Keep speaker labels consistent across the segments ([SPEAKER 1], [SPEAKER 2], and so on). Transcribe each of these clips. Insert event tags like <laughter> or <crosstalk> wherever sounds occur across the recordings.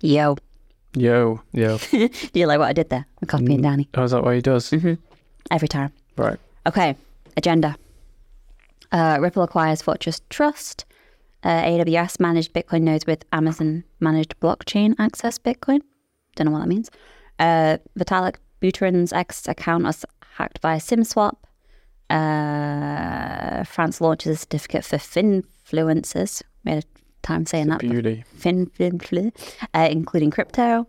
[SPEAKER 1] Yo.
[SPEAKER 2] Yo, yo.
[SPEAKER 1] Do you like what I did there? I'm copying Danny
[SPEAKER 2] <laughs> Oh, is that what he does?
[SPEAKER 1] every time.
[SPEAKER 2] Right.
[SPEAKER 1] Okay, agenda. Uh, Ripple acquires Fortress Trust. Uh, AWS managed Bitcoin nodes with Amazon managed blockchain access Bitcoin. Don't know what that means. Uh, Vitalik Buterin's ex account was hacked via SimSwap. Uh, France launches a certificate for finfluencers. We had a time saying that.
[SPEAKER 2] Beauty.
[SPEAKER 1] Fin, fin, flu, uh, including crypto.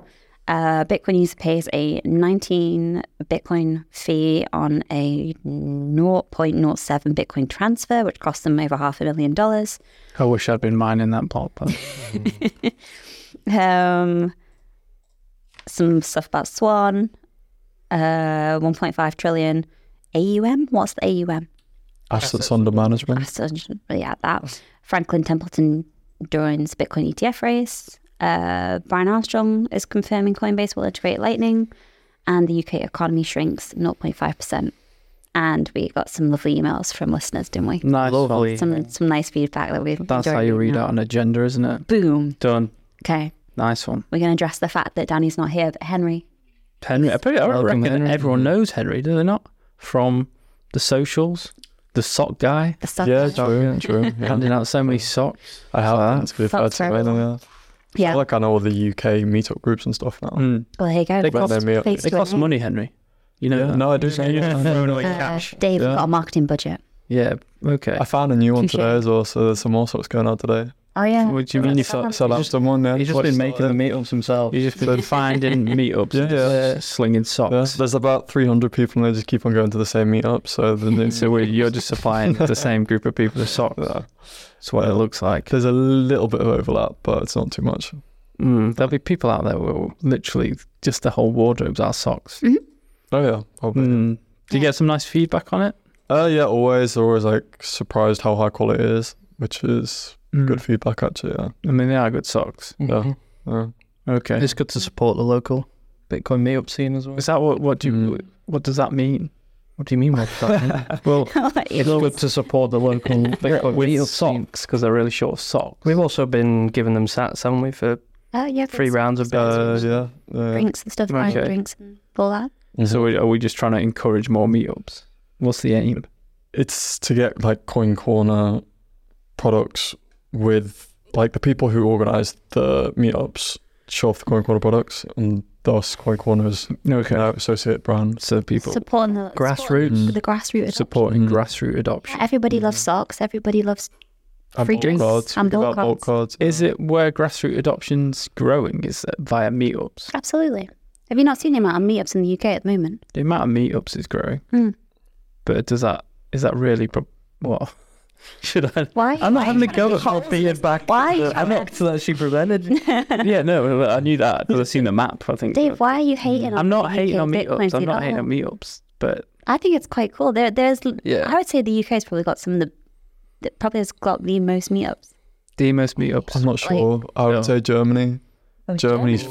[SPEAKER 1] Uh, Bitcoin user pays a 19 Bitcoin fee on a 0.07 Bitcoin transfer, which costs them over half a million dollars.
[SPEAKER 2] I wish I'd been mining that block. <laughs> But
[SPEAKER 1] Um, some stuff about Swan, uh, 1.5 trillion AUM. What's the AUM?
[SPEAKER 3] Assets under management.
[SPEAKER 1] So, yeah, that. Franklin Templeton joins Bitcoin ETF race. Uh, Brian Armstrong is confirming Coinbase will integrate Lightning, and the UK economy shrinks 0.5%. And we got some lovely emails from listeners, didn't we?
[SPEAKER 2] nice. one.
[SPEAKER 3] Lovely.
[SPEAKER 1] Some some nice feedback that we.
[SPEAKER 2] That's how you read out an agenda, isn't it?
[SPEAKER 1] Boom.
[SPEAKER 2] Done.
[SPEAKER 1] Okay,
[SPEAKER 2] Nice one.
[SPEAKER 1] we're gonna address the fact that Danny's not here, but Henry.
[SPEAKER 2] Henry. I, pretty, I
[SPEAKER 3] Welcome,
[SPEAKER 2] reckon
[SPEAKER 3] Henry.
[SPEAKER 2] everyone knows Henry, do they not? From the socials, the sock guy,
[SPEAKER 1] The stuff.
[SPEAKER 3] Yeah, true, true. Yeah.
[SPEAKER 2] handing out so many socks.
[SPEAKER 3] I have to be fair
[SPEAKER 1] Thoughts
[SPEAKER 3] to
[SPEAKER 1] for
[SPEAKER 3] it,
[SPEAKER 1] everyone.
[SPEAKER 3] yeah. I
[SPEAKER 1] yeah.
[SPEAKER 3] feel like I know all the UK meetup groups and stuff now.
[SPEAKER 2] Mm.
[SPEAKER 1] well, here you go. Uh,
[SPEAKER 2] They
[SPEAKER 3] When
[SPEAKER 2] cost,
[SPEAKER 3] they're meal-
[SPEAKER 1] Please
[SPEAKER 2] they
[SPEAKER 1] do
[SPEAKER 2] cost
[SPEAKER 1] it.
[SPEAKER 2] money, Henry. You know that?
[SPEAKER 3] No, I do say
[SPEAKER 1] Uh, Dave, we've
[SPEAKER 3] Yeah.
[SPEAKER 1] got a marketing budget.
[SPEAKER 2] Yeah, okay.
[SPEAKER 3] I found a new one
[SPEAKER 1] Appreciate
[SPEAKER 3] today
[SPEAKER 1] it.
[SPEAKER 3] as well, so there's some more sorts going on today.
[SPEAKER 1] Oh yeah. <laughs>
[SPEAKER 2] what do you mean you
[SPEAKER 3] So,
[SPEAKER 2] thought?
[SPEAKER 3] so that's the one, yeah.
[SPEAKER 4] He's just
[SPEAKER 3] What's
[SPEAKER 4] been making the
[SPEAKER 3] that?
[SPEAKER 4] meetups himself.
[SPEAKER 2] You've
[SPEAKER 4] <laughs>
[SPEAKER 2] just been finding meetups,
[SPEAKER 3] Yeah,
[SPEAKER 2] and
[SPEAKER 3] yeah.
[SPEAKER 2] s- slinging
[SPEAKER 3] Yeah,
[SPEAKER 2] socks.
[SPEAKER 3] there's about 300 people and they just keep on going to the same meetup, so the <laughs> new...
[SPEAKER 2] So we, you're just supplying the same group of people with socks.
[SPEAKER 3] Yeah.
[SPEAKER 2] That's what it looks like.
[SPEAKER 3] There's a little bit of overlap, but it's not too much.
[SPEAKER 2] Mm, there'll be people out there who will literally just the whole wardrobes are socks.
[SPEAKER 3] Oh yeah, probably.
[SPEAKER 2] Mm. Do you get some nice feedback on it?
[SPEAKER 3] Uh, yeah, always, always like surprised how high quality it is, which is
[SPEAKER 4] Mm.
[SPEAKER 3] good feedback actually. Yeah, Uh,
[SPEAKER 2] I mean, they are good socks.
[SPEAKER 3] yeah. yeah.
[SPEAKER 2] Okay.
[SPEAKER 4] It's good to support the local Bitcoin meetup scene as well.
[SPEAKER 2] Is that what? What do you?
[SPEAKER 3] Mm.
[SPEAKER 2] What does that mean?
[SPEAKER 4] What do you mean with
[SPEAKER 2] <laughs>
[SPEAKER 4] that? well,
[SPEAKER 1] Oh,
[SPEAKER 4] it's good to support the local Bitcoin
[SPEAKER 2] With
[SPEAKER 4] meetup scene.
[SPEAKER 2] socks because they're really short socks.
[SPEAKER 5] We've also been giving them sats, haven't we, for
[SPEAKER 1] Uh, yeah.
[SPEAKER 5] three
[SPEAKER 1] there's
[SPEAKER 5] rounds of
[SPEAKER 3] Uh,
[SPEAKER 5] bits.
[SPEAKER 3] yeah, yeah.
[SPEAKER 1] Drinks and stuff. buying
[SPEAKER 2] Okay.
[SPEAKER 1] Drinks and all that.
[SPEAKER 2] So we- are we just trying to encourage more meetups? What's the aim?
[SPEAKER 3] It's to get like Coin Corner products with like the people who organise the meetups show off the Coin Corner products, and thus Coin Corner's
[SPEAKER 2] Okay.
[SPEAKER 3] now associate brand.
[SPEAKER 2] So people
[SPEAKER 1] Supporting the
[SPEAKER 2] grassroots
[SPEAKER 1] The grassroots.
[SPEAKER 2] supporting
[SPEAKER 3] Mm.
[SPEAKER 2] grassroots adoption.
[SPEAKER 1] Everybody loves socks. Everybody loves.
[SPEAKER 3] And
[SPEAKER 1] Free
[SPEAKER 3] bulk
[SPEAKER 1] drinks
[SPEAKER 3] cards.
[SPEAKER 1] and
[SPEAKER 3] We give
[SPEAKER 1] bulk
[SPEAKER 3] out
[SPEAKER 2] Is it where grassroots adoption's growing? Is it via meetups?
[SPEAKER 1] Absolutely. Have you not seen the amount of meetups in the UK at the moment?
[SPEAKER 2] The amount of meetups is growing,
[SPEAKER 1] Mm.
[SPEAKER 2] but does that is that really pro- what? Should I?
[SPEAKER 1] Why?
[SPEAKER 2] I'm not having a go at
[SPEAKER 4] back.
[SPEAKER 1] Why?
[SPEAKER 2] <laughs>
[SPEAKER 4] Uh, I'm not to actually
[SPEAKER 1] <laughs>
[SPEAKER 4] prevented.
[SPEAKER 2] yeah, no, I knew that. I've seen the map. I think
[SPEAKER 1] Dave, why are you hating? on
[SPEAKER 2] I'm not
[SPEAKER 1] the
[SPEAKER 2] hating
[SPEAKER 1] UK
[SPEAKER 2] on
[SPEAKER 1] Bitcoin
[SPEAKER 2] meetups. I'm
[SPEAKER 1] scene
[SPEAKER 2] not
[SPEAKER 1] at
[SPEAKER 2] hating
[SPEAKER 1] all?
[SPEAKER 2] on meetups, but
[SPEAKER 1] I think it's quite cool. There, there's.
[SPEAKER 2] Yeah.
[SPEAKER 1] I would say the UK's probably got some of the. that Probably has got the most meetups.
[SPEAKER 2] the most
[SPEAKER 3] I'm
[SPEAKER 2] meetups.
[SPEAKER 3] not sure. I would
[SPEAKER 2] No.
[SPEAKER 3] say Germany. Germany's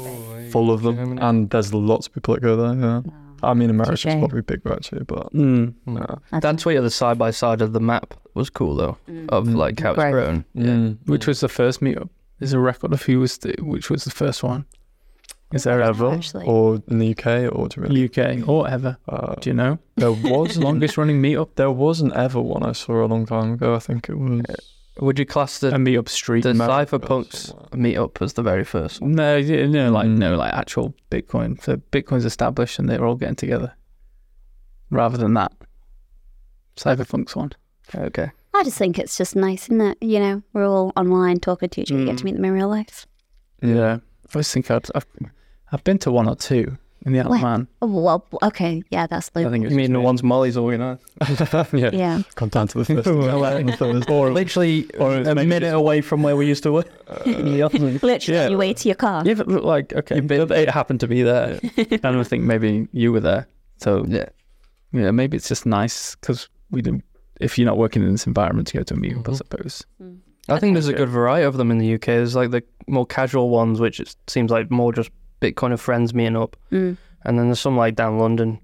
[SPEAKER 3] full of them,
[SPEAKER 4] Germany.
[SPEAKER 3] and there's lots of people that go there. Yeah,
[SPEAKER 2] Uh,
[SPEAKER 3] I mean America's
[SPEAKER 1] shame.
[SPEAKER 3] probably bigger actually, but
[SPEAKER 2] Mm.
[SPEAKER 3] yeah.
[SPEAKER 1] That's-
[SPEAKER 4] That tweet of the side by side of the map was cool though,
[SPEAKER 5] Mm.
[SPEAKER 4] of
[SPEAKER 2] Mm-hmm.
[SPEAKER 4] like how it's
[SPEAKER 1] Growth.
[SPEAKER 4] grown.
[SPEAKER 3] Mm.
[SPEAKER 2] Which
[SPEAKER 1] Hmm.
[SPEAKER 2] was the first meetup? There's a record of who was the, which was the first one. Is there ever
[SPEAKER 1] Actually.
[SPEAKER 3] or in the UK or do you mean?
[SPEAKER 2] UK or ever?
[SPEAKER 3] Uh,
[SPEAKER 2] Do you know
[SPEAKER 3] there
[SPEAKER 2] <laughs>
[SPEAKER 3] was
[SPEAKER 2] longest running meetup?
[SPEAKER 3] there wasn't ever one I saw a long time ago. I think it was
[SPEAKER 4] Would you class
[SPEAKER 2] A
[SPEAKER 4] the,
[SPEAKER 2] meetup street?
[SPEAKER 4] the
[SPEAKER 3] America
[SPEAKER 4] cypherpunks
[SPEAKER 3] somewhere.
[SPEAKER 4] meetup as the very first? one?
[SPEAKER 2] No, yeah, no, like
[SPEAKER 3] Mm.
[SPEAKER 2] no, like actual Bitcoin. So Bitcoin's established and they're all getting together. Rather than that, Cyberfunk's one.
[SPEAKER 4] Okay.
[SPEAKER 1] I just think it's just nice, isn't it? You know, we're all online talking to each other. You get
[SPEAKER 2] Mm.
[SPEAKER 1] to meet them in real life.
[SPEAKER 2] Yeah, I always think I'd, I've I've been to one or two in the Isle
[SPEAKER 1] Where?
[SPEAKER 2] of Man.
[SPEAKER 1] Oh, well, okay, yeah, that's
[SPEAKER 2] I
[SPEAKER 1] like,
[SPEAKER 2] think it
[SPEAKER 4] You
[SPEAKER 2] was
[SPEAKER 4] mean the ones Molly's organised?
[SPEAKER 2] <laughs>
[SPEAKER 3] <laughs> yeah.
[SPEAKER 1] yeah.
[SPEAKER 3] Come down to the first.
[SPEAKER 4] <laughs>
[SPEAKER 3] or
[SPEAKER 4] Literally
[SPEAKER 2] Or
[SPEAKER 4] a minute away from where we used
[SPEAKER 3] <laughs>
[SPEAKER 4] to work.
[SPEAKER 3] Uh,
[SPEAKER 4] <laughs>
[SPEAKER 1] Literally,
[SPEAKER 2] Yeah.
[SPEAKER 1] on your way to your car.
[SPEAKER 2] Yeah, but look, like okay, but it happened to
[SPEAKER 4] <laughs>
[SPEAKER 2] be there. and I think maybe you were there, so
[SPEAKER 4] Yeah.
[SPEAKER 2] yeah, maybe it's just nice because we didn't. If you're not working in this environment, to go to a meetup,
[SPEAKER 4] Mm-hmm.
[SPEAKER 2] I
[SPEAKER 5] Mhm.
[SPEAKER 2] suppose.
[SPEAKER 5] I think there's a
[SPEAKER 2] Okay.
[SPEAKER 5] good variety of them in the UK. There's like the more casual ones, which it seems like more just Bitcoin and friends meeting up.
[SPEAKER 1] Mm.
[SPEAKER 5] And then there's some like down London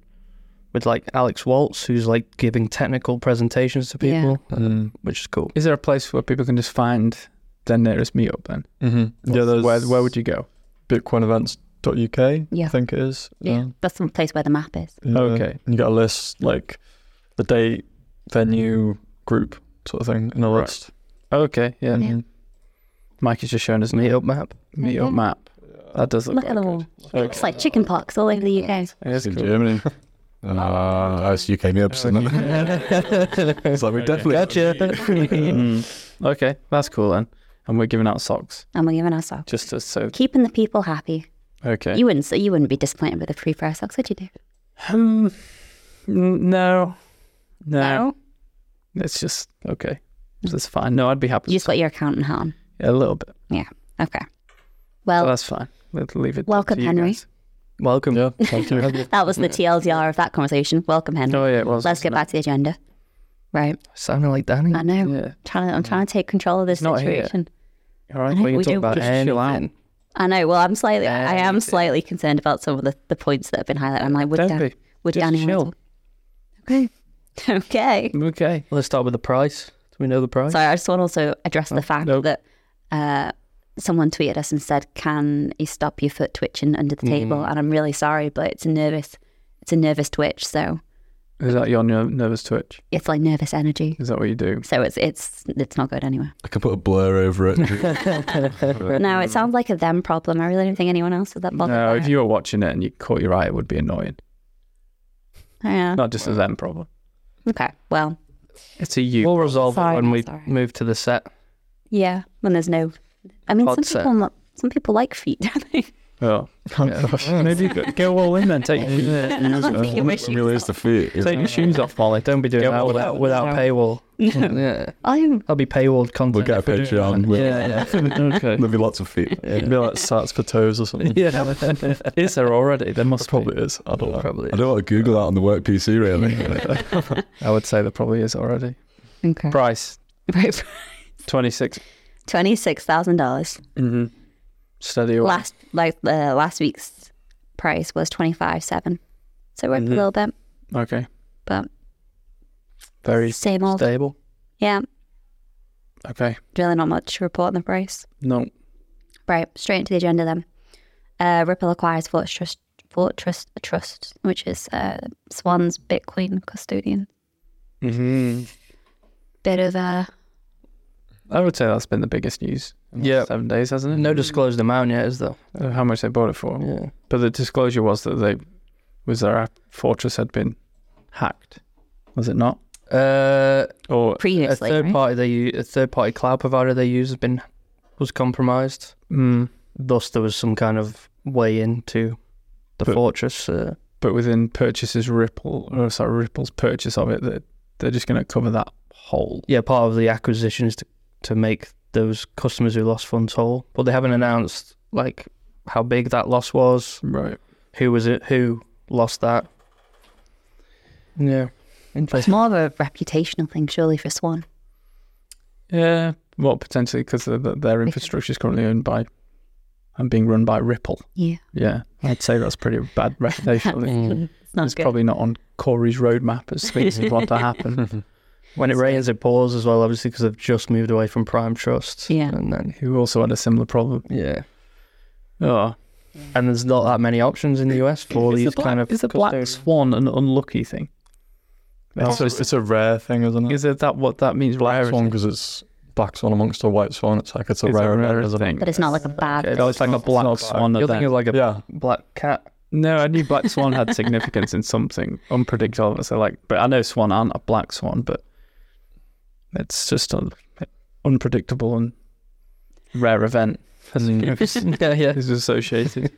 [SPEAKER 5] with like Alex Waltz, who's like giving technical presentations to
[SPEAKER 1] Yeah.
[SPEAKER 5] people, uh,
[SPEAKER 3] Um,
[SPEAKER 5] which is cool.
[SPEAKER 2] Is there a place where people can just find their nearest meetup? Then
[SPEAKER 3] mm-hmm. Yeah,
[SPEAKER 2] What's-
[SPEAKER 3] there's
[SPEAKER 2] where where would you go?
[SPEAKER 3] bitcoinevents.uk,
[SPEAKER 1] Yeah.
[SPEAKER 3] I think it is.
[SPEAKER 1] Yeah, that's the place where the map is.
[SPEAKER 3] Yeah.
[SPEAKER 2] Okay.
[SPEAKER 3] And you get a list, like the date, venue, group sort of thing in a
[SPEAKER 2] Right.
[SPEAKER 3] list.
[SPEAKER 2] Okay, yeah.
[SPEAKER 1] Yeah.
[SPEAKER 2] Mike has just shown us meet
[SPEAKER 5] meetup map.
[SPEAKER 2] meet
[SPEAKER 1] Yeah.
[SPEAKER 2] up map. That does look,
[SPEAKER 1] Look
[SPEAKER 2] quite
[SPEAKER 1] at them
[SPEAKER 2] good.
[SPEAKER 1] all. It's like chicken pox all over the UK.
[SPEAKER 2] It is
[SPEAKER 6] in
[SPEAKER 2] cool.
[SPEAKER 6] <laughs> Germany. Uh, that's UK meetups, isn't it? It's like we definitely
[SPEAKER 4] Gotcha.
[SPEAKER 2] Mm. Okay, that's cool then. And we're giving out socks
[SPEAKER 1] And we're giving our socks.
[SPEAKER 2] just to, so
[SPEAKER 1] Keeping the people happy.
[SPEAKER 2] okay.
[SPEAKER 1] You wouldn't say you wouldn't be disappointed with a free pair of socks, would you? Do
[SPEAKER 2] Um, n- no, no, It's just okay. That's fine. No, I'd be happy.
[SPEAKER 1] You just got your accountant hat on.
[SPEAKER 2] a little bit.
[SPEAKER 1] Okay.
[SPEAKER 2] But
[SPEAKER 1] Well,
[SPEAKER 2] that's fine. Let's leave it.
[SPEAKER 1] Welcome,
[SPEAKER 2] to you
[SPEAKER 1] Henry.
[SPEAKER 2] guys.
[SPEAKER 5] Welcome.
[SPEAKER 3] Yeah, thank you.
[SPEAKER 1] that was the TLDR of that conversation. Welcome, Henry.
[SPEAKER 2] Oh yeah, it was.
[SPEAKER 1] Let's get back to the agenda. Right.
[SPEAKER 5] <laughs> Sounding like Danny.
[SPEAKER 1] I know.
[SPEAKER 2] Yeah.
[SPEAKER 1] Trying to, I'm trying to take control of this
[SPEAKER 2] Not here.
[SPEAKER 1] situation.
[SPEAKER 2] All right.
[SPEAKER 1] know,
[SPEAKER 2] We can
[SPEAKER 1] we
[SPEAKER 2] talk
[SPEAKER 1] don't-
[SPEAKER 2] about
[SPEAKER 1] Just
[SPEAKER 2] anything.
[SPEAKER 5] chill out.
[SPEAKER 1] I know. Well, I'm slightly, I am
[SPEAKER 5] Anything.
[SPEAKER 1] slightly concerned about some of the, the points that have been highlighted. I'm like, would,
[SPEAKER 2] Don't
[SPEAKER 1] Dan,
[SPEAKER 2] be.
[SPEAKER 1] would
[SPEAKER 2] Just
[SPEAKER 1] Danny
[SPEAKER 2] chill.
[SPEAKER 1] want to talk? Okay. <laughs> okay.
[SPEAKER 2] Okay.
[SPEAKER 5] Let's start with the price. Do we know the
[SPEAKER 1] <laughs>
[SPEAKER 5] price?
[SPEAKER 1] So I just want to also address
[SPEAKER 2] Oh,
[SPEAKER 1] the fact
[SPEAKER 2] nope.
[SPEAKER 1] that uh, someone tweeted us and said, "Can you stop your foot twitching under the table?"
[SPEAKER 2] Mm-hmm.
[SPEAKER 1] And I'm really sorry, but it's a nervous, it's a nervous twitch. So
[SPEAKER 2] Is that your ner- nervous twitch?
[SPEAKER 1] it's like nervous energy.
[SPEAKER 2] Is that what you do?
[SPEAKER 1] So it's it's it's not good anywhere.
[SPEAKER 6] <laughs> I can put a blur over
[SPEAKER 2] <laughs>
[SPEAKER 6] it.
[SPEAKER 2] Oh,
[SPEAKER 1] No, it sounds like a them problem. I really don't think anyone else is that bothered.
[SPEAKER 2] No,
[SPEAKER 1] by
[SPEAKER 2] if
[SPEAKER 1] it.
[SPEAKER 2] you were watching it and you caught your eye, it would be annoying.
[SPEAKER 1] yeah.
[SPEAKER 2] Not just a them problem.
[SPEAKER 1] Okay. Well,
[SPEAKER 2] It's a you.
[SPEAKER 5] <laughs> we'll resolve
[SPEAKER 1] Sorry,
[SPEAKER 5] it when we
[SPEAKER 1] sorry.
[SPEAKER 5] move to the set.
[SPEAKER 1] yeah. When there's no, I mean,
[SPEAKER 5] Pod
[SPEAKER 1] some
[SPEAKER 5] set.
[SPEAKER 1] people not, some people like feet, <laughs> don't they?
[SPEAKER 2] Oh,
[SPEAKER 3] <laughs>
[SPEAKER 2] yeah. maybe go- go all in then. <laughs> Take your,
[SPEAKER 1] <laughs> think it was
[SPEAKER 6] Really is the feet. isn't
[SPEAKER 2] take
[SPEAKER 6] it?
[SPEAKER 2] your shoes off, Molly.
[SPEAKER 5] Don't be doing
[SPEAKER 2] Yeah,
[SPEAKER 5] that
[SPEAKER 2] well,
[SPEAKER 5] without, without paywall. yeah,
[SPEAKER 1] I'm
[SPEAKER 5] I'll be paywalled content.
[SPEAKER 6] We'll get a
[SPEAKER 5] if we do
[SPEAKER 6] Patreon. We'll-
[SPEAKER 2] Yeah, yeah. <laughs> okay.
[SPEAKER 6] There'll be lots of feet.
[SPEAKER 3] It'd be like sats for toes or something.
[SPEAKER 2] <laughs> Yeah, is there already? There must
[SPEAKER 3] Probably is. I don't
[SPEAKER 5] that.
[SPEAKER 2] <laughs>
[SPEAKER 3] know.
[SPEAKER 5] Probably.
[SPEAKER 6] I don't want to Google that on the work PC, really.
[SPEAKER 2] Be. <laughs> I would say there probably is already.
[SPEAKER 1] okay.
[SPEAKER 2] Price
[SPEAKER 1] Right. <laughs>
[SPEAKER 2] twenty six.
[SPEAKER 1] Twenty six thousand dollars.
[SPEAKER 2] Mm-hmm. Steady. away.
[SPEAKER 1] last like uh, last week's price was twenty five seven, so we're up a
[SPEAKER 2] Mhm.
[SPEAKER 1] little bit,
[SPEAKER 2] Okay.
[SPEAKER 1] but
[SPEAKER 2] Very
[SPEAKER 1] same old.
[SPEAKER 2] stable.
[SPEAKER 1] Yeah,
[SPEAKER 2] Okay.
[SPEAKER 1] really not much to report on the price.
[SPEAKER 2] No.
[SPEAKER 1] Right, straight into the agenda then. Uh, Ripple acquires Fortress Fortress Trust, which is uh, Swan's Bitcoin custodian.
[SPEAKER 2] Mm-hmm.
[SPEAKER 1] Bit of a
[SPEAKER 2] I would say that's been the biggest news. in the
[SPEAKER 5] Yeah.
[SPEAKER 2] last Seven days, hasn't it?
[SPEAKER 5] No disclosed amount yet, is there?
[SPEAKER 2] Uh, How much they bought it for?
[SPEAKER 5] Hmm. Yeah.
[SPEAKER 2] But the disclosure was that they was their app- fortress had been hacked. Was it not?
[SPEAKER 5] Uh,
[SPEAKER 2] Or
[SPEAKER 5] a
[SPEAKER 1] previously.
[SPEAKER 5] third
[SPEAKER 1] right?
[SPEAKER 5] party they u- a third party cloud provider they use has been was compromised.
[SPEAKER 2] mm,
[SPEAKER 5] Thus, there was some kind of way into the
[SPEAKER 2] But-
[SPEAKER 5] fortress. Uh,
[SPEAKER 2] but within purchases Ripple or sorry Ripple's purchase of it, that they're just going to cover that hole.
[SPEAKER 5] yeah, part of the acquisition is to, to make those customers who lost funds whole, but they haven't announced like how big that loss was,
[SPEAKER 2] Right.
[SPEAKER 5] who was it, who lost that. Yeah,
[SPEAKER 1] It's <laughs>
[SPEAKER 5] interesting.
[SPEAKER 1] more of a reputational thing, surely, for Swan.
[SPEAKER 2] Yeah. Well, potentially because their infrastructure is currently owned by and being run by Ripple.
[SPEAKER 1] Yeah,
[SPEAKER 2] Yeah, I'd say that's pretty bad reputation.
[SPEAKER 1] it's not
[SPEAKER 2] it's
[SPEAKER 1] good.
[SPEAKER 2] probably not on Corey's roadmap as things we want to
[SPEAKER 3] <laughs>
[SPEAKER 2] happen.
[SPEAKER 5] When it rains, it pours as well, obviously, because they've just moved away from Prime Trust.
[SPEAKER 1] Yeah.
[SPEAKER 5] and then
[SPEAKER 2] Who also had a similar problem.
[SPEAKER 5] yeah,
[SPEAKER 2] Oh,
[SPEAKER 5] and there's not that many options in the US for
[SPEAKER 2] Is the
[SPEAKER 5] these
[SPEAKER 2] black-
[SPEAKER 5] kind of.
[SPEAKER 2] is the black
[SPEAKER 5] custodians.
[SPEAKER 2] swan an unlucky thing?
[SPEAKER 3] It's, a, it's a rare thing, isn't it?
[SPEAKER 2] Is it that what that means?
[SPEAKER 3] black
[SPEAKER 2] Rare.
[SPEAKER 3] swan because it's black swan amongst a white swan. It's like it's a
[SPEAKER 2] It's a
[SPEAKER 3] rare
[SPEAKER 2] rare
[SPEAKER 3] event, isn't it?
[SPEAKER 2] thing.
[SPEAKER 1] but it's not like a bad.
[SPEAKER 5] Okay,
[SPEAKER 2] No, it's like a
[SPEAKER 3] It's
[SPEAKER 2] black
[SPEAKER 3] not black.
[SPEAKER 2] swan
[SPEAKER 5] You're
[SPEAKER 2] event.
[SPEAKER 5] thinking like a
[SPEAKER 3] Yeah.
[SPEAKER 5] black
[SPEAKER 2] <laughs>
[SPEAKER 5] cat.
[SPEAKER 2] no, I knew black swan had significance in something unpredictable. So like, but I know swan aren't a black swan, but it's just an unpredictable and rare event. Mm.
[SPEAKER 5] yeah, yeah.
[SPEAKER 2] Is <laughs> associated.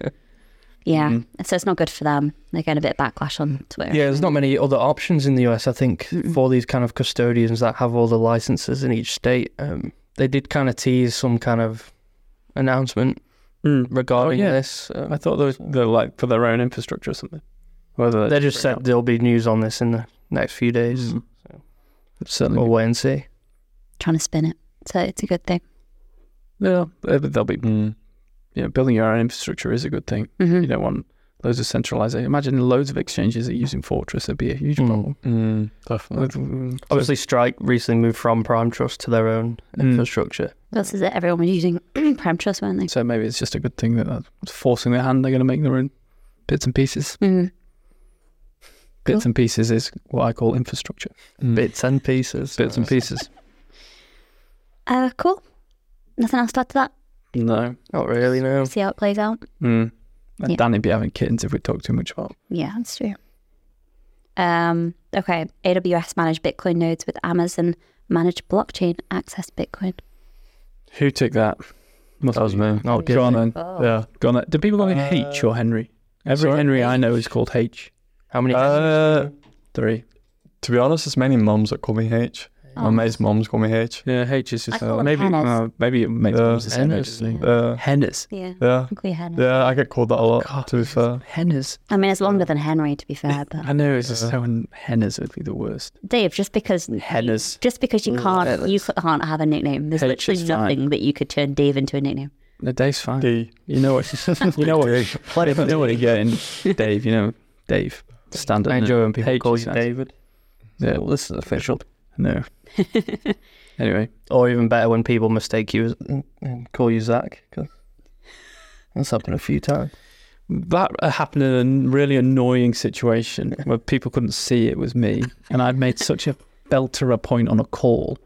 [SPEAKER 1] Yeah,
[SPEAKER 2] Mhm.
[SPEAKER 1] so it's not good for them. They get a bit of backlash on Twitter.
[SPEAKER 5] Yeah, there's not many other options in the US, I think, for these kind of custodians that have all the licenses in each state. Um, they did kind of tease some kind of announcement regarding
[SPEAKER 2] Oh, yeah.
[SPEAKER 5] this. Um,
[SPEAKER 2] I thought those they're like for their own infrastructure or something. Whether
[SPEAKER 5] they just said there'll be news on this in the next few days.
[SPEAKER 2] Mm.
[SPEAKER 5] So,
[SPEAKER 2] certainly
[SPEAKER 5] We'll wait and see.
[SPEAKER 1] trying to spin it. So it's a good thing.
[SPEAKER 2] Yeah, but they'll be.
[SPEAKER 3] Mm.
[SPEAKER 2] Mm-hmm. Yeah, building your own infrastructure is a good thing.
[SPEAKER 1] Mm-hmm.
[SPEAKER 2] You don't want loads of centralization. Imagine loads of exchanges are using Fortress. It'd be a huge
[SPEAKER 1] Hmm.
[SPEAKER 5] Mm.
[SPEAKER 2] problem.
[SPEAKER 3] Mm, definitely.
[SPEAKER 2] With-
[SPEAKER 5] Obviously, Strike recently moved from Prime Trust to their own
[SPEAKER 2] Mm.
[SPEAKER 5] infrastructure.
[SPEAKER 1] This is it. Everyone was using <clears throat> Prem Trust, weren't they?
[SPEAKER 2] So maybe it's just a good thing that that's forcing their hand. They're going to make their own bits and pieces.
[SPEAKER 1] Mm. Cool.
[SPEAKER 2] Bits and pieces is what I call infrastructure.
[SPEAKER 5] Bits and pieces.
[SPEAKER 2] Bits and pieces.
[SPEAKER 1] Uh, cool. Nothing else to add to that.
[SPEAKER 2] No.
[SPEAKER 5] Not really, no.
[SPEAKER 1] See how it plays out.
[SPEAKER 2] Mm. And
[SPEAKER 1] Yeah.
[SPEAKER 2] Danny'd be having kittens if we talk too much about.
[SPEAKER 1] Yeah, that's true. Um, okay, AWS managed Bitcoin nodes with Amazon managed blockchain access Bitcoin.
[SPEAKER 2] Who took that? Must
[SPEAKER 3] That was
[SPEAKER 2] be-
[SPEAKER 3] me.
[SPEAKER 5] Not
[SPEAKER 2] Go on then.
[SPEAKER 1] Oh.
[SPEAKER 3] Yeah.
[SPEAKER 2] Go on then. Do people call him
[SPEAKER 3] Uh,
[SPEAKER 2] H or Henry? Every
[SPEAKER 3] sorry?
[SPEAKER 2] Henry I know is called H.
[SPEAKER 5] How many?
[SPEAKER 3] Uh,
[SPEAKER 2] Three.
[SPEAKER 3] to be honest, there's many mums that call me H.
[SPEAKER 1] Oh.
[SPEAKER 3] My mate's mums call me H.
[SPEAKER 2] Yeah, H is just
[SPEAKER 1] I call them
[SPEAKER 2] maybe
[SPEAKER 1] Hennas.
[SPEAKER 2] uh, maybe it makes
[SPEAKER 3] Yeah.
[SPEAKER 2] more sense.
[SPEAKER 5] Hennas.
[SPEAKER 2] Hennas.
[SPEAKER 3] Yeah.
[SPEAKER 2] Hennas.
[SPEAKER 1] Yeah,
[SPEAKER 3] Uh, Yeah.
[SPEAKER 1] Uncle Henry.
[SPEAKER 3] Yeah, I get called that a lot, to be fair.
[SPEAKER 2] Hennas.
[SPEAKER 1] I mean, it's longer than Henry, to be fair, but
[SPEAKER 2] I know it's just
[SPEAKER 3] Yeah.
[SPEAKER 2] so Hennas would be the worst.
[SPEAKER 1] Dave, just because
[SPEAKER 2] Hennas.
[SPEAKER 1] just because you can't you can't have a nickname, there's
[SPEAKER 2] H
[SPEAKER 1] literally
[SPEAKER 2] is fine.
[SPEAKER 1] nothing that you could turn Dave into a nickname.
[SPEAKER 2] No, Dave's fine.
[SPEAKER 3] D.
[SPEAKER 2] You know what? you know what?
[SPEAKER 5] <laughs>
[SPEAKER 2] you know what you're getting, Dave. You know, Dave. Standard.
[SPEAKER 5] I
[SPEAKER 2] innit?
[SPEAKER 5] enjoy when people
[SPEAKER 2] H
[SPEAKER 5] call
[SPEAKER 2] is
[SPEAKER 5] you
[SPEAKER 2] nice.
[SPEAKER 5] David.
[SPEAKER 2] Yeah.
[SPEAKER 5] Well, this is official.
[SPEAKER 1] <laughs>
[SPEAKER 2] No. anyway,
[SPEAKER 5] Or even better, when people mistake you as, and- and call you Zach. 'cause That's happened a few times.
[SPEAKER 2] that happened in a really annoying
[SPEAKER 5] <laughs>
[SPEAKER 2] situation where people couldn't see it was me, and I'd made such a belter a point on a call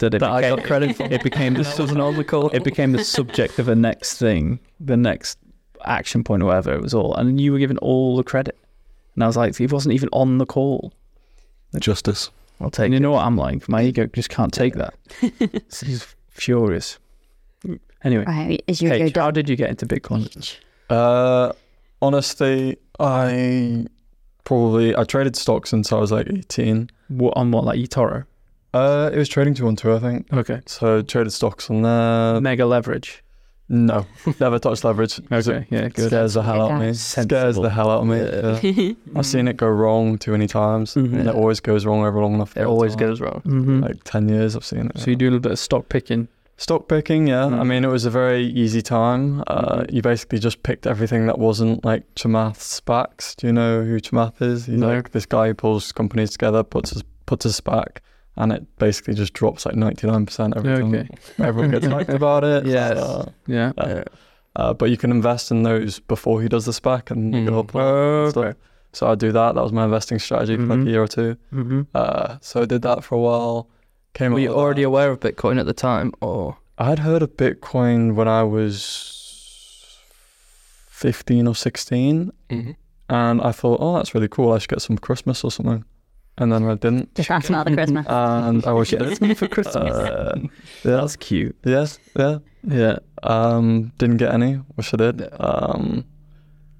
[SPEAKER 2] that it
[SPEAKER 5] That I
[SPEAKER 2] became,
[SPEAKER 5] got credit for.
[SPEAKER 2] It became
[SPEAKER 5] <laughs>
[SPEAKER 2] the
[SPEAKER 5] This wasn't on the call.
[SPEAKER 2] it became the subject of the next thing, the next action point or whatever it was all, and you were given all the credit, and I was like, it wasn't even on the call.
[SPEAKER 6] Justice.
[SPEAKER 5] I'll
[SPEAKER 2] And
[SPEAKER 5] take
[SPEAKER 2] you
[SPEAKER 5] it.
[SPEAKER 2] know what I'm like? My ego just can't take that.
[SPEAKER 5] <laughs>
[SPEAKER 2] so he's furious. Anyway,
[SPEAKER 1] Right? Is your
[SPEAKER 2] H,
[SPEAKER 1] your
[SPEAKER 2] how did you get into Bitcoin?
[SPEAKER 1] <laughs>
[SPEAKER 3] Uh, honestly, I probably I traded stocks since I was like 18.
[SPEAKER 2] What, on what, like eToro?
[SPEAKER 3] Uh, it was trading two on two, I think.
[SPEAKER 2] Okay.
[SPEAKER 3] So traded stocks on there.
[SPEAKER 2] Mega leverage.
[SPEAKER 3] No, never touched leverage.
[SPEAKER 2] Okay, yeah, good.
[SPEAKER 3] Scares the hell out of me. Scares
[SPEAKER 2] Sensible.
[SPEAKER 3] the hell out of me.
[SPEAKER 5] Yeah.
[SPEAKER 3] yeah. I've seen it go wrong too many times,
[SPEAKER 2] Mhm.
[SPEAKER 3] and it always goes wrong over a long enough.
[SPEAKER 5] It
[SPEAKER 3] period of
[SPEAKER 5] always
[SPEAKER 3] time.
[SPEAKER 5] goes wrong.
[SPEAKER 2] hmm
[SPEAKER 3] Like ten years, I've seen it.
[SPEAKER 2] So you're doing a bit of stock picking.
[SPEAKER 3] Stock picking, yeah. I
[SPEAKER 2] Mm.
[SPEAKER 3] mean, it was a very easy time. Uh,
[SPEAKER 5] Mm-hmm.
[SPEAKER 2] Mhm.
[SPEAKER 3] You basically just picked everything that wasn't like Chamath's SPACs. Do you know who Chamath is? He's
[SPEAKER 2] No.
[SPEAKER 3] like this guy who pulls companies together, puts his, puts a SPAC, and it basically just drops like 99% everything.
[SPEAKER 2] Okay.
[SPEAKER 3] <laughs>
[SPEAKER 2] <laughs>
[SPEAKER 3] Everyone gets
[SPEAKER 5] <laughs>
[SPEAKER 3] hyped about it.
[SPEAKER 5] Yes.
[SPEAKER 3] Uh,
[SPEAKER 2] Yeah.
[SPEAKER 5] Yeah.
[SPEAKER 3] uh, but you can invest in those before he does the SPAC and you can
[SPEAKER 5] Mm.
[SPEAKER 3] hold them and stuff. So I do that. That was my investing strategy for like
[SPEAKER 2] Mhm.
[SPEAKER 3] a year or two.
[SPEAKER 2] Mm-hmm.
[SPEAKER 3] Uh, so I did that for a while. Came
[SPEAKER 5] Were
[SPEAKER 3] out
[SPEAKER 5] you
[SPEAKER 3] of that.
[SPEAKER 5] already aware of Bitcoin at the time, or
[SPEAKER 3] I'd heard of Bitcoin when I was 15 or 16,
[SPEAKER 5] Mm-hmm. <laughs>
[SPEAKER 3] and I thought, oh, that's really cool. I should get some Christmas or something. And then I didn't.
[SPEAKER 1] just ask another Christmas.
[SPEAKER 3] And I wish I did.
[SPEAKER 2] for Christmas. <laughs>
[SPEAKER 3] Uh,
[SPEAKER 2] That's <laughs> cute.
[SPEAKER 3] Yes, yeah.
[SPEAKER 2] Yeah.
[SPEAKER 3] Um, didn't get any. Wish I did.
[SPEAKER 5] Yeah.
[SPEAKER 3] Um,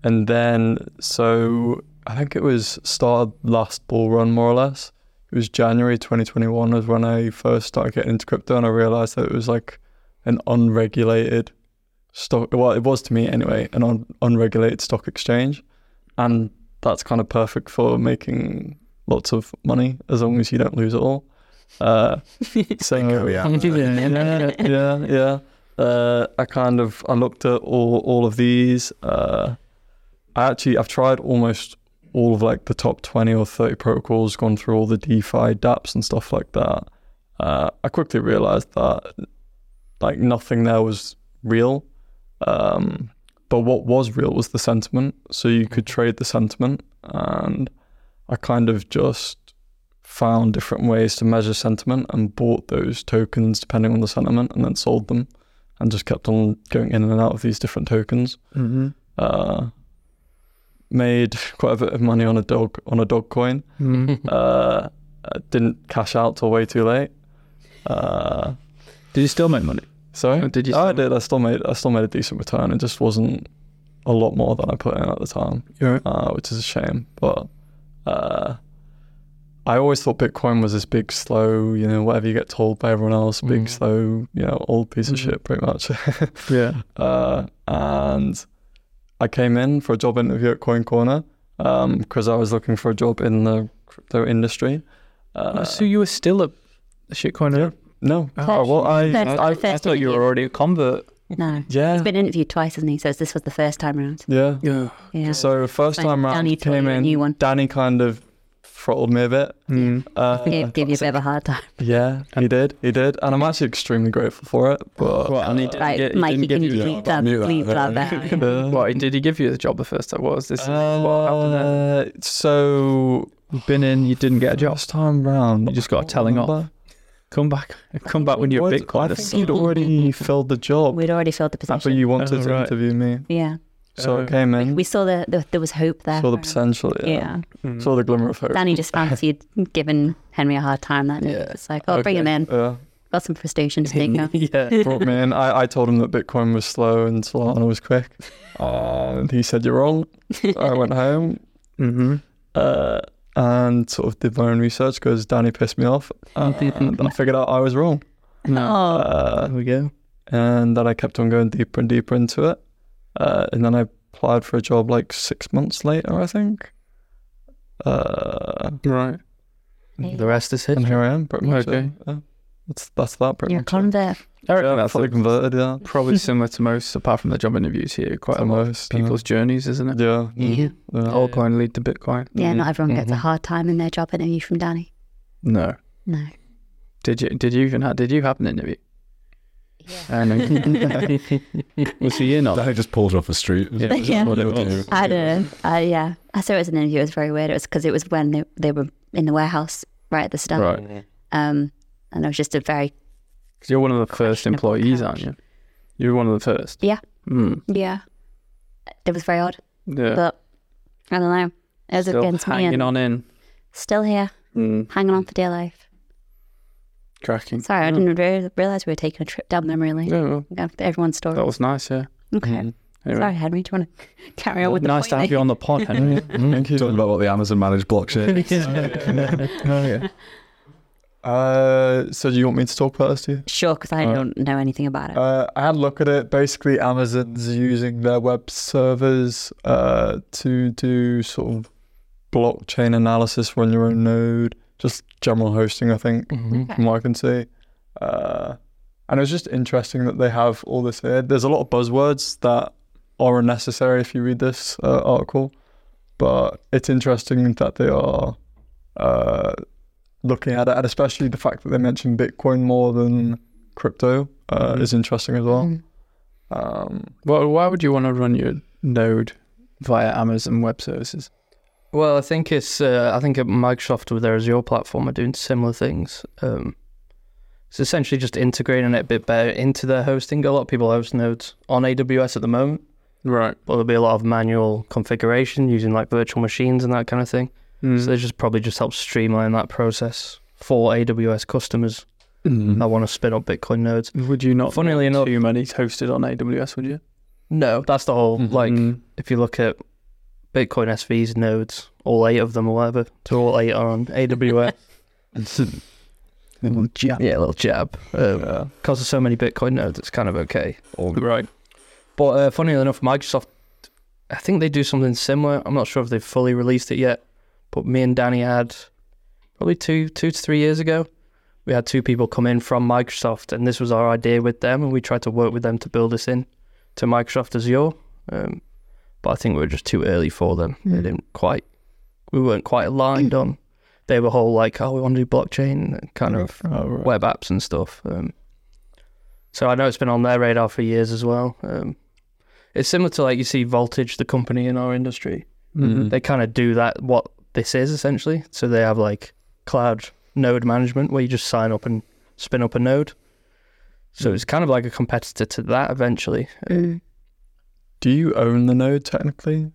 [SPEAKER 3] and then, so I think it was started last bull run, more or less. It was January 2021 was when I first started getting into crypto, and I realized that it was like an unregulated stock. Well, it was to me anyway, an un- unregulated stock exchange, and that's kind of perfect for making lots of money as long as you don't lose it all. Uh, so yeah, <laughs> yeah, yeah. Uh, I kind of I looked at all all of these. Uh, I actually I've tried almost all of like the top twenty or thirty protocols, gone through all the DeFi DApps and stuff like that. Uh, I quickly realized that like nothing there was real. Um, but what was real was the sentiment. So you could trade the sentiment, and I kind of just found different ways to measure sentiment and bought those tokens depending on the sentiment and then sold them and just kept on going in and out of these different tokens.
[SPEAKER 2] Mm-hmm.
[SPEAKER 3] Uh, made quite a bit of money on a dog on a dog coin. Uh, I didn't cash out till way too late. Uh,
[SPEAKER 2] Did you still make money?
[SPEAKER 3] sorry,
[SPEAKER 2] Or did you?
[SPEAKER 3] Oh, I
[SPEAKER 2] still-
[SPEAKER 3] did. I still made I still made a decent return. It just wasn't a lot more than I put in at the time
[SPEAKER 2] You're-
[SPEAKER 3] uh, which is a shame. But uh, I always thought Bitcoin was this big, slow, you know, whatever you get told by everyone else, big,
[SPEAKER 2] Mm.
[SPEAKER 5] Mhm.
[SPEAKER 3] slow, you know, old piece of
[SPEAKER 2] Mhm.
[SPEAKER 3] shit, pretty much. <laughs>
[SPEAKER 2] Yeah.
[SPEAKER 3] uh, and I came in for a job interview at Coin Corner because I was looking for a job in the crypto industry. Uh,
[SPEAKER 2] Oh, so you were still a shitcoiner?
[SPEAKER 3] no,
[SPEAKER 1] Oh,
[SPEAKER 3] well, I,
[SPEAKER 1] That's
[SPEAKER 3] Oh, I,
[SPEAKER 1] the first
[SPEAKER 2] Oh. I thought you
[SPEAKER 1] interview.
[SPEAKER 2] were already a convert.
[SPEAKER 1] No.
[SPEAKER 3] Yeah.
[SPEAKER 1] He's been interviewed twice, hasn't he? So this was the first time round.
[SPEAKER 3] Yeah.
[SPEAKER 2] Yeah.
[SPEAKER 1] Yeah.
[SPEAKER 3] So first
[SPEAKER 1] Fine.
[SPEAKER 3] time round
[SPEAKER 1] Danny
[SPEAKER 3] he
[SPEAKER 1] taught
[SPEAKER 3] came
[SPEAKER 1] you a
[SPEAKER 3] in.
[SPEAKER 1] new one.
[SPEAKER 3] Danny kind of throttled me a bit.
[SPEAKER 2] Mm.
[SPEAKER 3] Uh,
[SPEAKER 1] Gave, gave you a bit of a hard time.
[SPEAKER 3] yeah, he did. He did, and I'm actually extremely grateful for it. But
[SPEAKER 2] What, and he didn't
[SPEAKER 1] Right,
[SPEAKER 2] get- he
[SPEAKER 1] Mikey,
[SPEAKER 2] didn't give
[SPEAKER 1] can you
[SPEAKER 2] you the
[SPEAKER 1] leave
[SPEAKER 2] job.
[SPEAKER 1] that,
[SPEAKER 6] Mute that,
[SPEAKER 1] leave that
[SPEAKER 6] don't
[SPEAKER 1] back?
[SPEAKER 2] <laughs>
[SPEAKER 3] uh,
[SPEAKER 2] What, did he give you the job the first time? What was this? what happened there?
[SPEAKER 3] uh, so
[SPEAKER 2] You've been in, you didn't get a job.
[SPEAKER 3] first time round,
[SPEAKER 2] You just got a
[SPEAKER 3] I
[SPEAKER 2] telling
[SPEAKER 3] remember.
[SPEAKER 2] off. Come back. Come back when you're
[SPEAKER 3] What?
[SPEAKER 2] a Bitcoin.
[SPEAKER 3] I think
[SPEAKER 1] <laughs>
[SPEAKER 3] you'd already filled the job.
[SPEAKER 1] We'd already filled the
[SPEAKER 3] That's what
[SPEAKER 1] position.
[SPEAKER 3] you wanted
[SPEAKER 2] Oh,
[SPEAKER 3] to
[SPEAKER 2] right.
[SPEAKER 3] interview me.
[SPEAKER 1] Yeah.
[SPEAKER 3] So
[SPEAKER 2] Oh.
[SPEAKER 3] I came in,
[SPEAKER 1] We saw the, the there was hope there.
[SPEAKER 3] saw
[SPEAKER 1] for
[SPEAKER 3] the
[SPEAKER 1] him.
[SPEAKER 3] potential. Yeah.
[SPEAKER 1] Yeah.
[SPEAKER 2] Mm.
[SPEAKER 3] Saw the glimmer of hope.
[SPEAKER 1] Danny
[SPEAKER 2] <laughs>
[SPEAKER 1] just fancied giving Henry a hard time that night.
[SPEAKER 5] Yeah.
[SPEAKER 1] It's like, oh, bring him in.
[SPEAKER 3] Yeah.
[SPEAKER 1] Got some frustration
[SPEAKER 2] <laughs>
[SPEAKER 1] to
[SPEAKER 5] <laughs>
[SPEAKER 1] take now.
[SPEAKER 5] yeah.
[SPEAKER 3] brought me in. I, I told him that Bitcoin was slow and Solana was quick.
[SPEAKER 2] uh,
[SPEAKER 3] And he said, You're wrong. I went home
[SPEAKER 2] Mm-hmm.
[SPEAKER 3] <laughs> uh, and sort of did my own research because Danny pissed me off. And I figured out I was wrong.
[SPEAKER 1] Oh,
[SPEAKER 3] Uh,
[SPEAKER 5] There we go.
[SPEAKER 3] and then I kept on going deeper and deeper into it. Uh, and then I applied for a job like six months later, I think. Uh,
[SPEAKER 2] Right.
[SPEAKER 5] The rest is
[SPEAKER 3] and
[SPEAKER 5] history.
[SPEAKER 3] here I am, pretty much.
[SPEAKER 2] Okay.
[SPEAKER 3] Yeah. That's, that's that, pretty
[SPEAKER 1] you're a
[SPEAKER 3] much. it.
[SPEAKER 1] convert.
[SPEAKER 2] I reckon
[SPEAKER 3] Yeah,
[SPEAKER 2] that's
[SPEAKER 3] fully converted, yeah.
[SPEAKER 2] probably
[SPEAKER 6] <laughs>
[SPEAKER 2] similar to most, apart from the job interviews here. Quite a lot of
[SPEAKER 3] Almost, yeah.
[SPEAKER 2] people's journeys,
[SPEAKER 6] <laughs>
[SPEAKER 2] isn't it?
[SPEAKER 3] Yeah. Mm-hmm.
[SPEAKER 2] Mm.
[SPEAKER 1] Yeah.
[SPEAKER 3] yeah.
[SPEAKER 2] Altcoin lead to Bitcoin.
[SPEAKER 1] Yeah, not everyone gets a
[SPEAKER 5] Mhm.
[SPEAKER 2] Mm-hmm.
[SPEAKER 1] hard time in their job interview from Danny.
[SPEAKER 6] Mm-hmm.
[SPEAKER 2] No.
[SPEAKER 1] No.
[SPEAKER 2] Did you? Did you even have? Did you have an interview? Yeah.
[SPEAKER 1] <laughs>
[SPEAKER 2] <laughs> was he in on?
[SPEAKER 6] Danny just pulled her off the street.
[SPEAKER 2] Yeah.
[SPEAKER 1] Yeah.
[SPEAKER 6] What do you do?
[SPEAKER 1] I don't know. Uh, yeah, I saw it as an interview. It was very weird. It was because it was when they, they were in the warehouse right at the start.
[SPEAKER 2] Right.
[SPEAKER 1] Um, and it was just a very
[SPEAKER 2] Because you're one of the first
[SPEAKER 1] Questionable
[SPEAKER 2] employees,
[SPEAKER 1] couch.
[SPEAKER 2] aren't you? You're one of the first.
[SPEAKER 1] Yeah.
[SPEAKER 2] Mm.
[SPEAKER 1] yeah. It was very odd,
[SPEAKER 2] Yeah.
[SPEAKER 1] but I don't know. It was
[SPEAKER 2] Still
[SPEAKER 1] against me,
[SPEAKER 2] hanging
[SPEAKER 1] and
[SPEAKER 2] on in.
[SPEAKER 1] still here,
[SPEAKER 2] Mm.
[SPEAKER 1] hanging on for dear life.
[SPEAKER 2] Cracking.
[SPEAKER 1] Sorry, I didn't re- realize we were taking a trip down memory lane.
[SPEAKER 2] Mm. Yeah, well,
[SPEAKER 1] Going for Everyone's story.
[SPEAKER 2] that was nice. Yeah.
[SPEAKER 1] okay.
[SPEAKER 2] Anyway.
[SPEAKER 1] Sorry, Henry. Do you want to <laughs> carry on with the point
[SPEAKER 2] nice to have
[SPEAKER 1] there?
[SPEAKER 2] you on the pod,
[SPEAKER 1] <laughs>
[SPEAKER 2] Henry.
[SPEAKER 3] Thank you.
[SPEAKER 6] Talking about what the Amazon managed blockchain.
[SPEAKER 5] <laughs>
[SPEAKER 1] <laughs>
[SPEAKER 3] Uh, so do you want me to talk about this to you?
[SPEAKER 1] Sure, because I
[SPEAKER 3] Alright.
[SPEAKER 1] don't know anything about it.
[SPEAKER 3] Uh, I had a look at it. Basically, Amazon's using their web servers uh, to do sort of blockchain analysis, run your own node, just general hosting, I think,
[SPEAKER 2] Mm-hmm.
[SPEAKER 5] Mhm.
[SPEAKER 3] from what I can see. Uh, and it's just interesting that they have all this here. There's a lot of buzzwords that are unnecessary if you read this uh, article, but it's interesting that they are uh, looking at it, and especially the fact that they mention Bitcoin more than crypto uh,
[SPEAKER 5] Mm-hmm.
[SPEAKER 3] is interesting as well.
[SPEAKER 1] Mm.
[SPEAKER 3] Um,
[SPEAKER 2] well, why would you want to run your node via Amazon Web Services?
[SPEAKER 5] Well, I think it's uh, I think at Microsoft with their Azure platform are doing similar things. Um, it's essentially just integrating it a bit better into their hosting. A lot of people host nodes on AWS at the moment,
[SPEAKER 2] Right.
[SPEAKER 5] but there'll be a lot of manual configuration using like virtual machines and that kind of thing.
[SPEAKER 2] Hmm. Mm-hmm.
[SPEAKER 5] So they just probably just help streamline that process for AWS customers that want to spin up Bitcoin nodes.
[SPEAKER 2] Would you not? want
[SPEAKER 5] Funnily enough-
[SPEAKER 2] too many hosted on AWS, would you?
[SPEAKER 5] No, that's the whole
[SPEAKER 3] Mhm.
[SPEAKER 5] like
[SPEAKER 2] Mm.
[SPEAKER 5] if you look at Bitcoin SV's nodes, all eight of them or whatever, so all eight are on AWS.
[SPEAKER 2] Little jab.
[SPEAKER 5] Yeah, a little jab. Um, Because there's so many Bitcoin nodes, it's kind of okay.
[SPEAKER 2] Right.
[SPEAKER 5] But uh, funnily enough, Microsoft, I think they do something similar. I'm not sure if they've fully released it yet, but me and Danny had probably two, two to three years ago. We had two people come in from Microsoft, and this was our idea with them, and we tried to work with them to build this in to Microsoft Azure. Um, but I think we were just too early for them. They didn't quite, we weren't quite aligned on. They were whole like, oh, we want to do blockchain kind of
[SPEAKER 3] Um,
[SPEAKER 5] web apps and stuff. Um, so I know it's been on their radar for years as well. Um, it's similar to like you see Voltage, the company in our industry.
[SPEAKER 2] Mm-hmm.
[SPEAKER 3] Mhm.
[SPEAKER 5] They kind of do that. What this is essentially, so they have like cloud node management where you just sign up and spin up a node. So it's kind of like a competitor to that eventually.
[SPEAKER 1] Mm.
[SPEAKER 3] Do you own the node technically?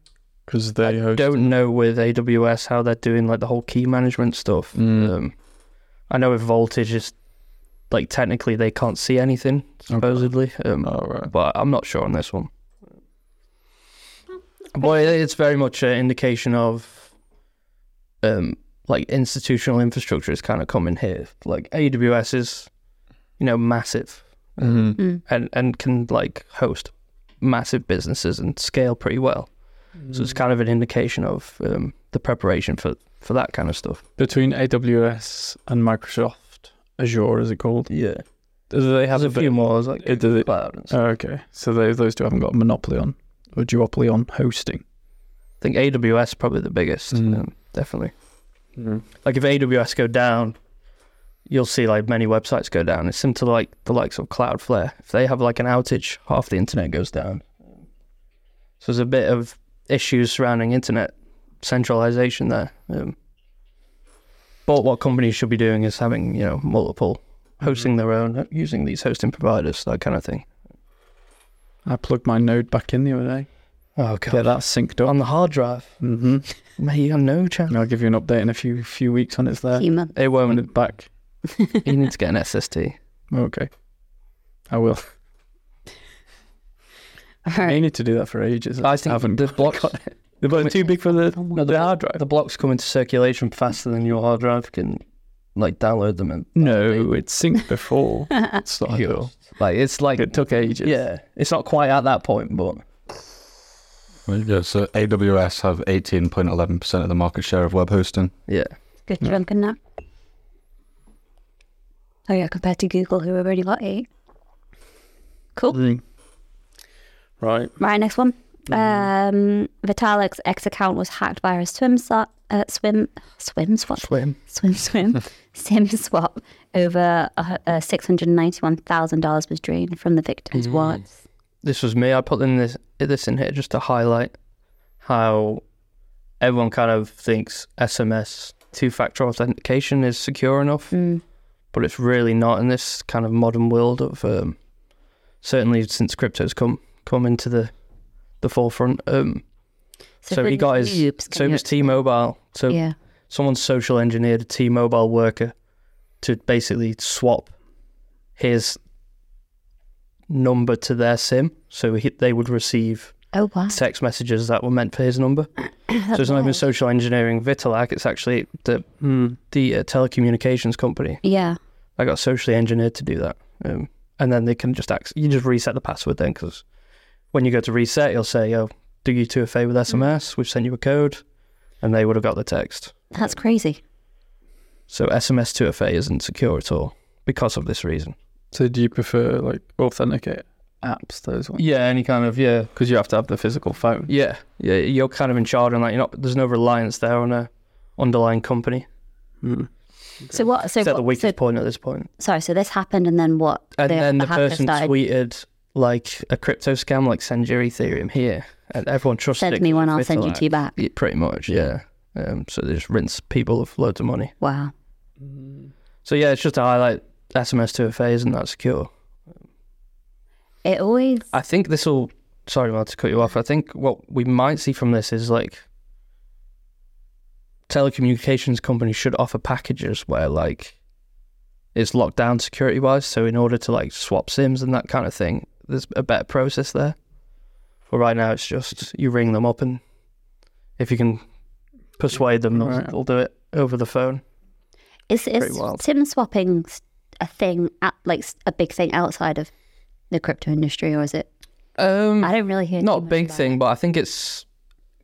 [SPEAKER 3] Because they
[SPEAKER 5] I
[SPEAKER 3] host.
[SPEAKER 5] don't know with AWS how they're doing like the whole key management stuff.
[SPEAKER 3] Mm.
[SPEAKER 5] Um, I know with Voltage, it's like technically they can't see anything supposedly. Um,
[SPEAKER 3] Oh, right.
[SPEAKER 5] but I'm not sure on this one.
[SPEAKER 2] Hmm.
[SPEAKER 5] But it- it's very much an indication of um, like institutional infrastructure is kind of coming here. Like AWS is, you know, massive
[SPEAKER 3] Mhm.
[SPEAKER 1] Mm.
[SPEAKER 5] and and can like host massive businesses and scale pretty well. So
[SPEAKER 2] Hmm.
[SPEAKER 5] it's kind of an indication of um, the preparation for for that kind of stuff.
[SPEAKER 2] Between AWS and Microsoft Azure, is it called?
[SPEAKER 5] Yeah.
[SPEAKER 2] Do they have
[SPEAKER 5] There's a
[SPEAKER 2] bit-
[SPEAKER 5] few more. There's like
[SPEAKER 2] It does it-
[SPEAKER 5] cloud and stuff.
[SPEAKER 2] Oh, okay. So they, those two haven't got a monopoly on or duopoly on hosting.
[SPEAKER 5] I think AWS is probably the biggest.
[SPEAKER 2] Hmm.
[SPEAKER 3] Mm.
[SPEAKER 5] Um, definitely. Like if AWS go down, you'll see like many websites go down. It's similar to like the likes of Cloudflare. If they have like an outage, half the internet goes down. So there's a bit of issues surrounding internet centralization there. Um, but what companies should be doing is having you know multiple hosting their own, uh, using these hosting providers, that kind of thing.
[SPEAKER 2] I plugged my node back in the other day.
[SPEAKER 5] Oh
[SPEAKER 2] Get that synced up.
[SPEAKER 5] on the hard drive,
[SPEAKER 2] Mm-hmm.
[SPEAKER 5] mate, you got no chance.
[SPEAKER 2] And I'll give you an update in a few few weeks when it's there.
[SPEAKER 1] Human.
[SPEAKER 5] It
[SPEAKER 2] When
[SPEAKER 5] won't.
[SPEAKER 2] it's back.
[SPEAKER 5] you need to get an SSD.
[SPEAKER 2] Okay. I will.
[SPEAKER 1] All
[SPEAKER 2] I
[SPEAKER 1] right.
[SPEAKER 2] need to do that for ages.
[SPEAKER 5] <laughs> I think
[SPEAKER 2] haven't
[SPEAKER 5] the blocks.
[SPEAKER 2] They're both too big for the,
[SPEAKER 5] No,
[SPEAKER 2] the hard drive.
[SPEAKER 5] The blocks come into circulation faster than your hard drive can, like download them and
[SPEAKER 2] No, it's synced
[SPEAKER 5] <laughs>
[SPEAKER 2] before. it's not ideal.
[SPEAKER 5] like it's like
[SPEAKER 2] It took ages.
[SPEAKER 5] yeah, it's not quite at that point, but
[SPEAKER 6] There you go. So AWS have 18.11% of the market share of web hosting.
[SPEAKER 5] yeah,
[SPEAKER 1] Good chunk in that. Oh yeah, compared to Google, who have already got eight. Cool.
[SPEAKER 2] Mm. Right.
[SPEAKER 1] Right, next one.
[SPEAKER 5] Mm.
[SPEAKER 1] Um, Vitalik's ex account was hacked by a swim so- uh, swim swim swap
[SPEAKER 5] swim.
[SPEAKER 1] swim swim
[SPEAKER 5] <laughs>
[SPEAKER 1] sim swap. Over uh, uh, six hundred ninety one thousand dollars was drained from the victim's
[SPEAKER 5] Mm.
[SPEAKER 1] wallets.
[SPEAKER 5] This was me. I put in this this in here just to highlight how everyone kind of thinks SMS two factor authentication is secure enough,
[SPEAKER 1] Mm.
[SPEAKER 5] but it's really not in this kind of modern world of um, certainly since crypto's come come into the the forefront. Um, So
[SPEAKER 1] for
[SPEAKER 5] he got his-
[SPEAKER 1] noobs,
[SPEAKER 5] so
[SPEAKER 1] can
[SPEAKER 5] it
[SPEAKER 1] you-
[SPEAKER 5] was T-Mobile. So
[SPEAKER 1] yeah.
[SPEAKER 5] someone social engineered a T-Mobile worker to basically swap his number to their SIM, so he, they would receive
[SPEAKER 1] Oh wow.
[SPEAKER 5] text messages that were meant for his number. so it's not even social engineering Vitalac; it's actually the the uh, telecommunications company.
[SPEAKER 1] <laughs> Yeah.
[SPEAKER 5] I got socially engineered to do that, um, and then they can just access, you just reset the password then because when you go to reset, you'll say, "Oh, do you two a favor with SMS? We've sent you a code," and they would have got the text.
[SPEAKER 1] That's crazy.
[SPEAKER 5] So SMS 2FA isn't secure at all because of this reason.
[SPEAKER 2] So do you prefer like authenticate apps, those ones?
[SPEAKER 5] Yeah, any kind of yeah,
[SPEAKER 2] Because you have to have the physical phone.
[SPEAKER 5] yeah, yeah. You're kind of in charge on that. You're not. There's no reliance there on a underlying company.
[SPEAKER 2] Mm.
[SPEAKER 1] So what? So,
[SPEAKER 5] Is that the
[SPEAKER 1] what, so
[SPEAKER 5] weakest point at this point?
[SPEAKER 1] sorry. So this happened, and then what?
[SPEAKER 5] And then the
[SPEAKER 1] hacker
[SPEAKER 5] person
[SPEAKER 1] started-
[SPEAKER 5] tweeted like a crypto scam, like send your Ethereum here, and everyone trusted.
[SPEAKER 1] send
[SPEAKER 5] it
[SPEAKER 1] me
[SPEAKER 5] 'cause
[SPEAKER 1] one,
[SPEAKER 5] of
[SPEAKER 1] I'll send you
[SPEAKER 5] Vitalik.
[SPEAKER 1] two back.
[SPEAKER 5] Yeah, pretty much, yeah. Um, so they just rinse people of loads of money.
[SPEAKER 1] Wow.
[SPEAKER 5] So yeah, it's just to highlight SMS 2FA isn't that secure.
[SPEAKER 1] It always.
[SPEAKER 5] I think this will. Sorry, Matt, to cut you off. I think what we might see from this is like telecommunications companies should offer packages where like it's locked down security wise. So in order to like swap SIMs and that kind of thing, there's a better process there. But right now, it's just you ring them up and if you can persuade them, they'll,
[SPEAKER 2] Right.
[SPEAKER 5] they'll do it over the phone.
[SPEAKER 1] Is
[SPEAKER 5] pretty
[SPEAKER 1] is
[SPEAKER 5] wild.
[SPEAKER 1] SIM swapping s- a thing at like s- a big thing outside of the crypto industry, or is it?
[SPEAKER 5] Um,
[SPEAKER 1] I don't really hear.
[SPEAKER 5] not
[SPEAKER 1] too
[SPEAKER 5] a
[SPEAKER 1] much
[SPEAKER 5] big
[SPEAKER 1] about
[SPEAKER 5] thing, but I think it's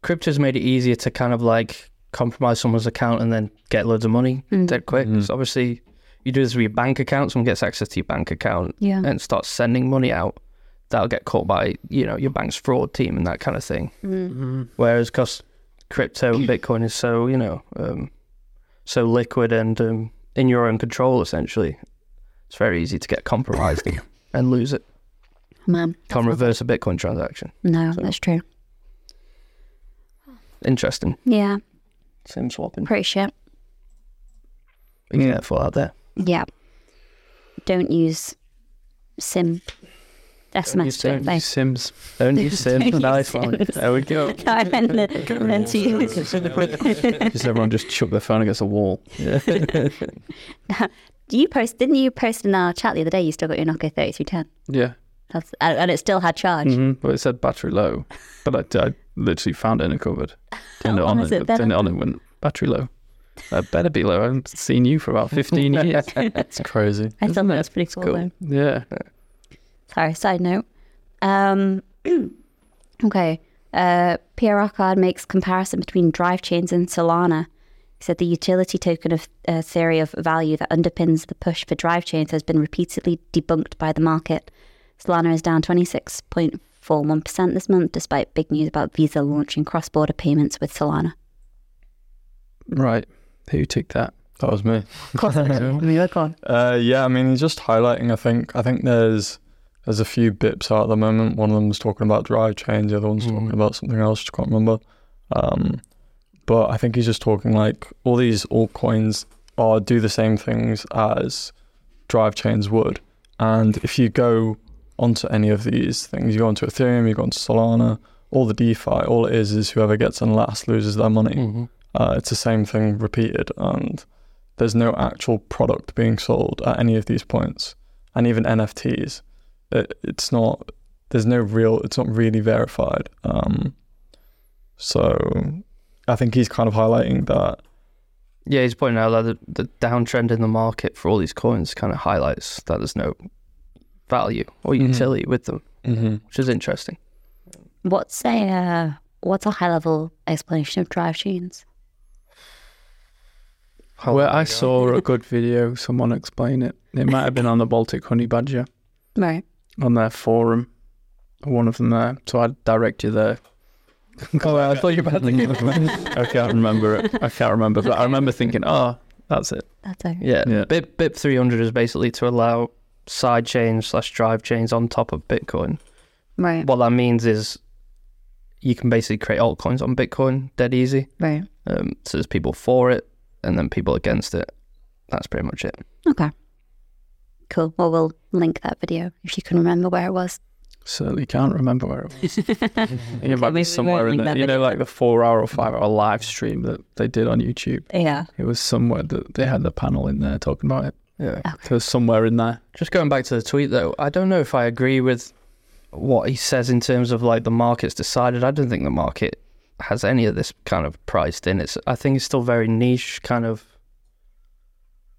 [SPEAKER 5] crypto's made it easier to kind of like compromise someone's account and then get loads of money
[SPEAKER 1] Mm.
[SPEAKER 5] dead quick. So obviously, you do this with your bank account. Someone gets access to your bank account
[SPEAKER 1] it. Yeah.
[SPEAKER 5] and starts sending money out. That'll get caught by you know your bank's fraud team and that kind of thing.
[SPEAKER 1] Mm.
[SPEAKER 5] Whereas because crypto and Bitcoin is so you know um, so liquid and um, in your own control essentially, it's very easy to get compromised and lose it.
[SPEAKER 1] Man.
[SPEAKER 5] Can't reverse a Bitcoin transaction.
[SPEAKER 1] No,
[SPEAKER 5] So-
[SPEAKER 1] that's true.
[SPEAKER 5] Interesting.
[SPEAKER 1] Yeah.
[SPEAKER 5] Sim swapping.
[SPEAKER 1] Pretty shit.
[SPEAKER 5] Be careful out there.
[SPEAKER 1] Yeah. Don't use SIM. SMS.
[SPEAKER 5] don't
[SPEAKER 1] Don't
[SPEAKER 2] Sims.
[SPEAKER 1] <laughs>
[SPEAKER 5] Don't use Sim.
[SPEAKER 1] Don't use
[SPEAKER 5] nice one.
[SPEAKER 1] Sims.
[SPEAKER 5] There we <laughs> go.
[SPEAKER 1] no, <laughs> I meant the, meant to use.
[SPEAKER 2] Just everyone just chuck their phone against a wall.
[SPEAKER 1] You post didn't you post in our chat the other day? You still got your Nokia thirty two ten.
[SPEAKER 2] Yeah.
[SPEAKER 1] That's and and it still had charge. <laughs>
[SPEAKER 2] hmm But it said battery low. But I, I literally found it in a cupboard. Turned
[SPEAKER 1] <laughs>
[SPEAKER 2] it
[SPEAKER 1] How long
[SPEAKER 2] on and
[SPEAKER 1] is it then?
[SPEAKER 2] turned it on and went battery low. That better be low. I haven't seen you for
[SPEAKER 1] <laughs>
[SPEAKER 2] about fifteen years.
[SPEAKER 3] It's crazy.
[SPEAKER 1] I still think that's pretty cool. though.
[SPEAKER 2] Yeah.
[SPEAKER 1] Sorry, side note. Um, <clears throat> okay, uh, Pierre Rockard makes comparison between drive chains and Solana He said the utility token of uh, theory of value that underpins the push for drive chains has been repeatedly debunked by the market. Solana is down 26.41% this month, despite big news about Visa launching cross border payments with Solana.
[SPEAKER 2] Right. Who took that?
[SPEAKER 3] That was me.
[SPEAKER 1] Of course,
[SPEAKER 3] <laughs>
[SPEAKER 5] <laughs>
[SPEAKER 1] we work on.
[SPEAKER 3] Uh, yeah, I mean, he's just highlighting. I think I think there's there's a few bips out at the moment. One of them's talking about drive chains. The other one's talking
[SPEAKER 5] Mhm.
[SPEAKER 3] about something else. Just can't remember. Um, but I think he's just talking like all these altcoins are do the same things as drive chains would. And if you go onto any of these things, you go onto Ethereum, you go onto Solana, all the DeFi. All it is is whoever gets in last loses their money.
[SPEAKER 5] Mm-hmm.
[SPEAKER 3] Uh, it's the same thing repeated, and there's no actual product being sold at any of these points, and even NFTs. It, it's not. There's no real. It's not really verified. Um, so, I think he's kind of highlighting that.
[SPEAKER 5] Yeah, he's pointing out that the, the downtrend in the market for all these coins kind of highlights that there's no value or
[SPEAKER 3] Mhm.
[SPEAKER 5] utility with them,
[SPEAKER 3] Mm-hmm.
[SPEAKER 5] which is interesting.
[SPEAKER 1] What's a uh, what's a high level explanation of drive chains?
[SPEAKER 5] How
[SPEAKER 2] well,
[SPEAKER 5] long
[SPEAKER 2] I
[SPEAKER 5] ago?
[SPEAKER 2] saw a good video. Someone explain it. It might have been on the Baltic Honey Badger
[SPEAKER 1] Right.
[SPEAKER 2] on their forum. One of them there. So I'd direct you there. <laughs> oh, I thought you were about <laughs> I can't remember it. I can't remember. But I remember thinking, oh, that's it.
[SPEAKER 1] That's okay.
[SPEAKER 5] Yeah.
[SPEAKER 2] Yeah.
[SPEAKER 5] BIP BIP 300 is basically to allow side chains slash drive chains on top of Bitcoin.
[SPEAKER 1] Right.
[SPEAKER 5] What that means is you can basically create altcoins on Bitcoin dead easy.
[SPEAKER 1] Right.
[SPEAKER 5] Um, so there's people for it and then people against it. That's pretty much it.
[SPEAKER 1] Okay. Cool. Well, we'll link that video if you can remember where it was.
[SPEAKER 2] Certainly can't remember where
[SPEAKER 1] <laughs>
[SPEAKER 2] it was. it might
[SPEAKER 1] Maybe we
[SPEAKER 2] be somewhere
[SPEAKER 1] won't link
[SPEAKER 2] in there.
[SPEAKER 1] that
[SPEAKER 2] You know,
[SPEAKER 1] video.
[SPEAKER 2] like the four hour or five hour live stream that they did on YouTube.
[SPEAKER 1] Yeah.
[SPEAKER 2] It was somewhere that they had the panel in there talking about it.
[SPEAKER 5] Yeah.
[SPEAKER 2] So somewhere in there.
[SPEAKER 5] Just going back to the tweet though, I don't know if I agree with what he says in terms of like the market's decided. I don't think the market has any of this kind of priced in. It's I think it's still very niche kind of